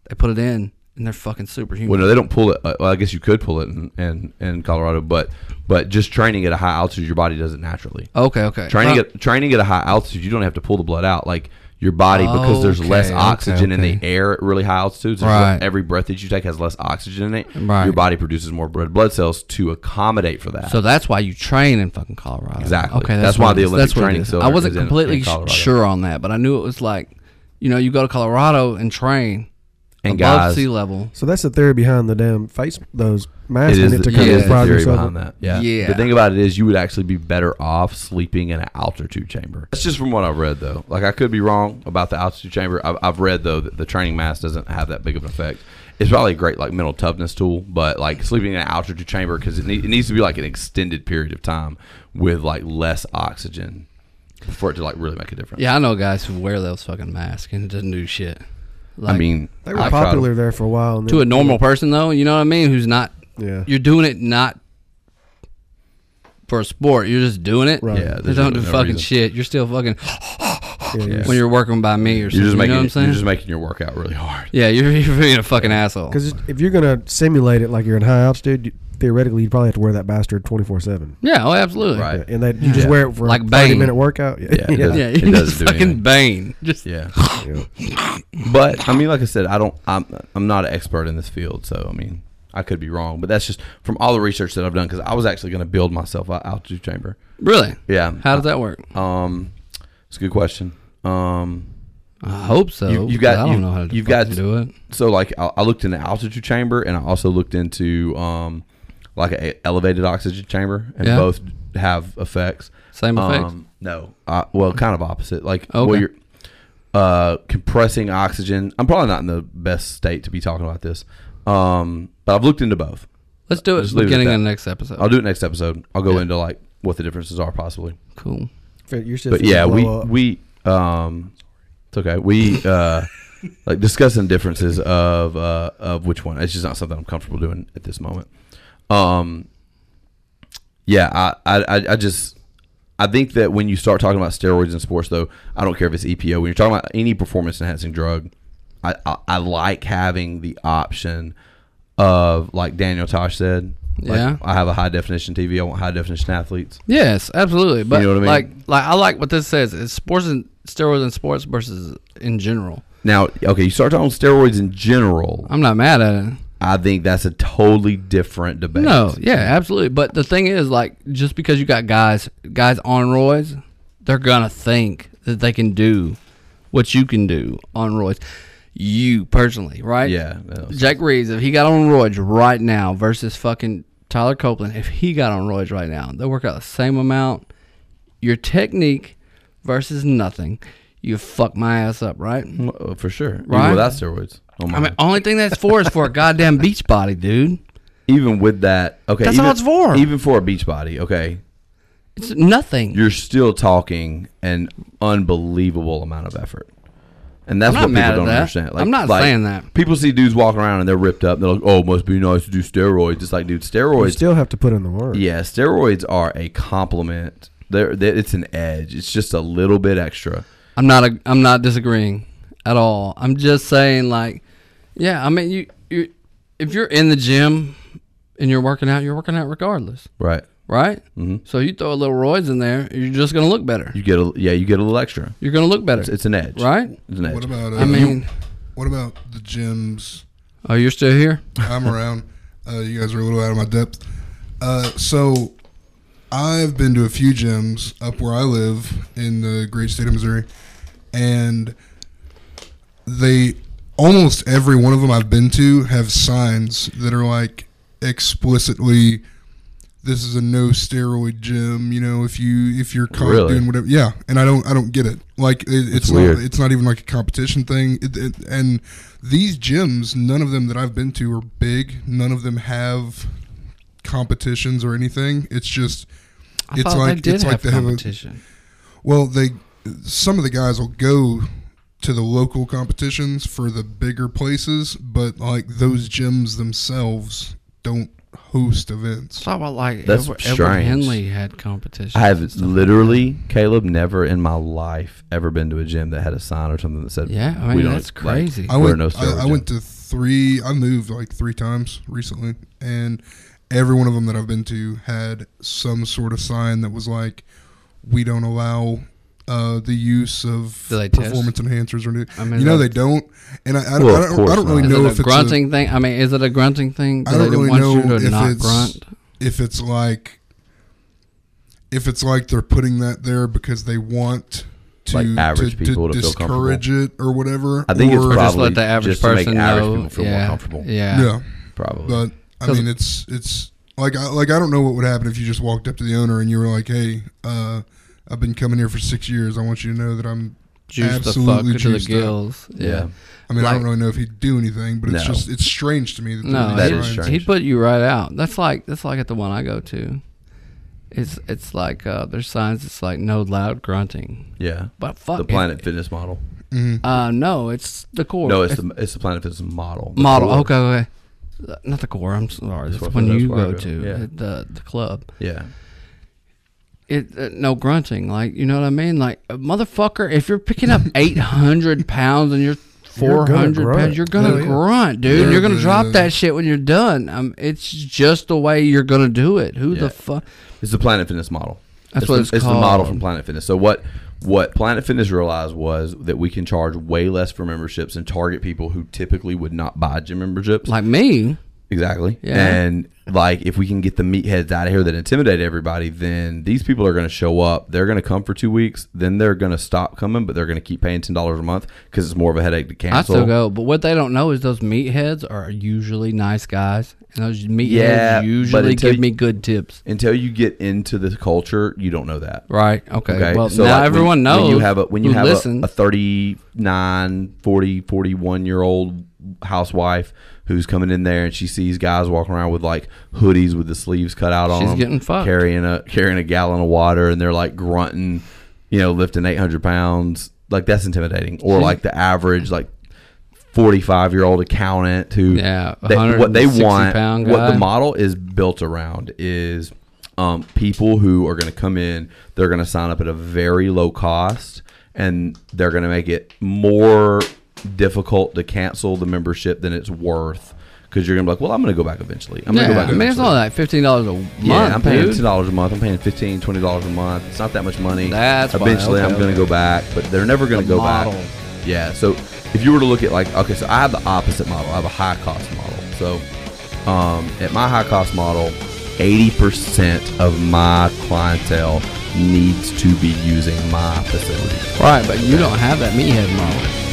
S5: they put it in, and they're fucking superhuman.
S4: Well, no, they don't pull it. uh, Well, I guess you could pull it in, in, in Colorado, but but just training at a high altitude, your body does it naturally.
S5: okay, okay.
S4: Training
S5: Well,
S4: at training at a high altitude, you don't have to pull the blood out. Like your body, because there's less
S5: Okay,
S4: oxygen
S5: okay,
S4: in the air at really high altitudes. there's
S5: Right.
S4: le- Every breath that you take has less oxygen in it.
S5: Right.
S4: Your body produces more red blood cells to accommodate for that.
S5: So that's why you train in fucking Colorado.
S4: Exactly.
S5: Okay.
S4: That's why
S5: what it
S4: the
S5: is.
S4: Olympic
S5: what it
S4: training
S5: is.
S4: center
S5: I wasn't
S4: is in- in
S5: completely sh-
S4: Colorado.
S5: sure on that, but I knew it was like, you know, you go to Colorado and train
S4: And
S5: above
S4: guys-
S5: sea level.
S7: So that's the theory behind the damn face those
S4: it
S7: masks
S4: is
S7: and it
S4: the,
S7: to
S4: yeah,
S7: cover
S4: it is
S7: the
S4: the theory
S7: progress
S4: behind
S7: of it.
S4: that. Yeah.
S5: Yeah.
S4: The thing about it is, you would actually be better off sleeping in an altitude chamber. That's just from what I've read, though. Like I could be wrong about the altitude chamber. I've, I've read though that the training mask doesn't have that big of an effect. It's probably a great like mental toughness tool, but like sleeping in an altitude chamber because it, need, it needs to be like an extended period of time with like less oxygen for it to like really make a difference.
S5: Yeah, I know guys who wear those fucking masks and it doesn't do shit. Like,
S4: I mean,
S7: They were
S4: I've tried 'em.
S7: popular there for a while. And
S5: to a
S7: then,
S5: normal person though, you know what I mean? Who's not?
S7: Yeah.
S5: You're doing it not for a sport. You're just doing it.
S7: Right.
S4: Yeah,
S5: You
S4: there's
S5: don't
S4: no-
S5: do
S4: no
S5: fucking
S4: reason.
S5: shit. You're still fucking
S7: yeah, yeah.
S5: when you're working by me or something.
S4: You're just making
S5: you know what I'm
S4: it-
S5: saying?
S4: you're just making your workout really hard.
S5: yeah, you're, you're being a fucking asshole.
S7: Because if you're gonna simulate it like you're in high altitude, you, theoretically you'd probably have to wear that bastard twenty four seven.
S5: Yeah, oh, absolutely.
S4: Right.
S7: And they you just
S4: Yeah.
S7: wear it for
S5: Like
S7: a thirty
S5: Bane.
S7: minute workout. Yeah,
S4: Yeah, it does.
S5: Yeah,
S4: It
S5: you
S4: doesn't
S5: just
S4: do
S5: fucking
S4: anything.
S5: Bane. Just
S4: Yeah.
S7: Yeah.
S4: But I mean, like I said, I don't. I'm I'm not an expert in this field, so I mean, I could be wrong. But that's just from all the research that I've done because I was actually going to build myself an altitude chamber.
S5: really.
S4: Yeah.
S5: How does that work?
S4: Um, it's a good question. Um,
S5: I hope so.
S4: You- you
S5: 'cause
S4: got-
S5: I don't
S4: you-
S5: know how to
S4: you've
S5: fucking
S4: got-
S5: do it.
S4: so like I, I looked into altitude chamber and I also looked into um like an elevated oxygen chamber, and
S5: Yeah.
S4: both have effects.
S5: Same effects?
S4: no, uh, well, kind of opposite. Like
S5: Okay.
S4: well, you're uh, compressing oxygen. I'm probably not in the best state to be talking about this, um, but I've looked into both.
S5: Let's do it
S4: Just leave it at
S5: beginning
S4: that.
S5: of the next episode.
S4: I'll do it next episode. I'll go
S5: Yeah.
S4: into like what the differences are possibly.
S5: cool.
S7: Your shit's
S4: But
S7: gonna
S4: yeah, we
S7: blow up.
S4: we um, it's okay. We uh, like discussing differences of uh of which one. It's just not something I'm comfortable doing at this moment. Um, yeah, I I I- I just. I think that when you start talking about steroids in sports, though, I don't care if it's EPO. When you're talking about any performance-enhancing drug, I, I, I like having the option of, like Daniel Tosh said, like,
S5: Yeah.
S4: I have a high-definition TV. I want high-definition athletes.
S5: Yes, absolutely. But
S4: know what I mean?
S5: like, like I like what this says. It's sports and steroids and sports versus in general.
S4: Now, okay, you start talking steroids in general.
S5: I'm not mad at it.
S4: I think that's a totally different debate.
S5: No, yeah, absolutely. But the thing is, like, just because you got guys guys on roids, they're gonna think that they can do what you can do on roids. You personally, right?
S4: Yeah. no.
S5: Jake Reeves, if he got on roids right now versus fucking Tyler Copeland, if he got on roids right now, they work out the same amount. Your technique versus nothing. You fuck my ass up, right?
S4: Uh, For sure.
S5: Right.
S4: Even without steroids. Oh my.
S5: I mean, only thing that's for is for a goddamn beach body, dude.
S4: even with that, okay.
S5: That's
S4: even,
S5: all it's for.
S4: Even for a beach body, okay.
S5: It's nothing.
S4: You're still talking an unbelievable amount of effort. And that's
S5: I'm
S4: what people
S5: not mad at
S4: don't
S5: that.
S4: understand. Like,
S5: I'm not
S4: like,
S5: saying that.
S4: People see dudes walking around and they're ripped up. They're like, "Oh, must be nice to do steroids." It's like, dude,
S7: You
S4: steroids
S7: still have to put in the work.
S4: Yeah, steroids are a compliment. They're, they it's an edge. It's just a little bit extra.
S5: I'm not a, I'm not disagreeing at all. I'm just saying like yeah, I mean you you if you're in the gym and you're working out, you're working out regardless,
S4: Right.
S5: right? Mm-hmm. So you throw a little roids in there, you're just going to look better.
S4: You get a yeah, you get a little extra.
S5: You're going to look better.
S4: It's, it's an edge.
S5: right?
S4: It's an edge.
S6: What about? Uh,
S5: I mean,
S6: what about the gyms?
S5: oh, you're still here?
S6: I'm around. Uh, you guys are a little out of my depth. Uh, so, I've been to a few gyms up where I live in the great state of Missouri, and they almost every one of them I've been to have signs that are like explicitly this is a no steroid gym you know if you if you're caught
S4: Really?
S6: doing whatever yeah and i don't i don't get it like it, it's
S4: weird.
S6: not it's not even like a competition thing it, it, and these gyms none of them that i've been to are big none of them have competitions or anything it's just
S5: I
S6: It's
S5: thought they
S6: like-
S5: did
S6: it's
S5: have
S6: like they have a-
S5: competition.
S6: well, they some of the guys will go to the local competitions for the bigger places, but like those gyms themselves don't host events.
S5: Talk about like
S4: That's
S5: Edward, Edward
S4: strange.
S5: Henley had competition.
S4: I have literally, Caleb, never in my life ever been to a gym that had a sign or something that said,
S5: Yeah, I mean that's
S4: like,
S5: crazy.
S6: I
S4: We're
S6: went.
S4: no steroid
S6: I, I went to three. I moved like three times recently, and every one of them that I've been to had some sort of sign that was like, "We don't allow." Uh, the use of
S5: Do they test?
S6: performance enhancers or anything.
S5: I mean,
S6: you know they
S5: that-
S6: don't, and I, I,
S4: Well, of
S6: I don't, I
S4: course
S6: don't really
S5: is
S6: know
S5: it
S6: if
S5: a
S6: it's a,
S5: grunting thing? I mean, is it a grunting thing? Do
S6: I don't
S5: they
S6: really
S5: want
S6: know
S5: you to
S6: if
S5: not
S6: it's
S5: grunt?
S6: if it's like if it's like they're putting that there because they want to
S4: Like average
S6: to,
S4: people to feel
S6: discourage it or whatever.
S4: I think it's
S6: or-
S5: Or just
S4: Probably
S5: let the average
S4: just to make
S5: person
S4: average
S5: know.
S4: people feel more
S5: yeah,
S4: comfortable.
S5: Yeah.
S6: yeah,
S4: probably.
S6: but I mean it's it's like I, like I don't know what would happen if you just walked up to the owner and you were like, "Hey, uh, I've been coming here for six years. I want you to know that I'm."
S5: Juice the fuck
S6: absolutely
S5: to the
S6: juiced up."
S5: gills. Yeah.
S4: yeah.
S6: I mean, I
S5: Like-
S6: don't really know if he'd do anything, but it's
S4: No.
S6: just it's strange to me that
S5: No,
S4: That
S5: he-
S4: is strange.
S5: He put you right out. That's like that's like at the one I go to. It's it's like uh, there's signs. It's like no loud grunting.
S4: Yeah.
S5: But fuck
S4: The
S5: it-
S4: Planet Fitness model.
S5: Uh, no, it's the core.
S4: No, it's the it's the Planet Fitness model. The
S5: model.
S4: core.
S5: Okay, okay. Uh, Not the core. I'm sorry. That's
S4: what-
S5: when
S4: that's
S5: you
S4: where I
S5: go
S4: go.
S5: to
S4: Yeah.
S5: uh, the the club.
S4: Yeah.
S5: it uh, no grunting like you know what i mean like uh, motherfucker if you're picking up 800 pounds and you're
S7: You're gonna
S5: 400
S7: grunt.
S5: pounds you're gonna
S7: Hell yeah.
S5: grunt dude
S6: Yeah,
S5: you're gonna
S6: yeah,
S5: drop
S6: yeah.
S5: that shit when you're done um, it's just the way you're gonna do it who
S4: Yeah.
S5: the fuck
S4: It's the Planet Fitness model.
S5: That's
S4: it's
S5: what
S4: the,
S5: it's
S4: the model
S5: called.
S4: from Planet Fitness. So what what Planet Fitness realized was that we can charge way less for memberships and target people who typically would not buy gym memberships.
S5: like me
S4: Exactly.
S5: Yeah.
S4: And like, if we can get the meatheads out of here that intimidate everybody, then these people are going to show up. They're going to come for two weeks, then they're going to stop coming, but they're going to keep paying ten dollars a month because it's more of a headache to
S5: I
S4: cancel.
S5: still go, but what they don't know is those meatheads are usually nice guys, and those meatheads
S4: Yeah, but
S5: usually
S4: until
S5: give
S4: you-
S5: me good tips.
S4: Until you get into the culture, you don't know that.
S5: Right? Okay. Well,
S4: so,
S5: now
S4: like, when-
S5: everyone knows.
S4: when you have a when you
S5: who
S4: have
S5: listens.
S4: a, a 39 40 41 year old housewife who's coming in there and she sees guys walking around with like hoodies with the sleeves cut out on
S5: She's
S4: them
S5: getting fucked.
S4: carrying a carrying a gallon of water and they're like grunting you know lifting 800 pounds like that's intimidating or like the average like 45 year old accountant who
S5: Yeah,
S4: they- what they
S5: 160
S4: want
S5: pound
S4: what
S5: guy.
S4: the model is built around is um, people who are going to come in they're going to sign up at a very low cost and they're going to make it more difficult to cancel the membership than it's worth because you're going to be like well i'm going to go back eventually i'm going to
S5: yeah,
S4: go
S5: I
S4: back
S5: mean, it's
S4: eventually.
S5: only like fifteen dollars a month.
S4: yeah, I'm paying
S5: dude.
S4: ten dollars a month. I'm paying $15, 20 dollars a month. It's not that much money.
S5: That's why,
S4: eventually I'm
S5: okay,
S4: going to
S5: okay.
S4: go back, but they're never going to
S5: The
S4: go
S5: model.
S4: back. Yeah. So if you were to look at like, okay, so I have the opposite model. I have a high cost model. So um, at my high cost model, eighty percent of my clientele needs to be using my facility.
S5: Right, but you don't have that meathead model.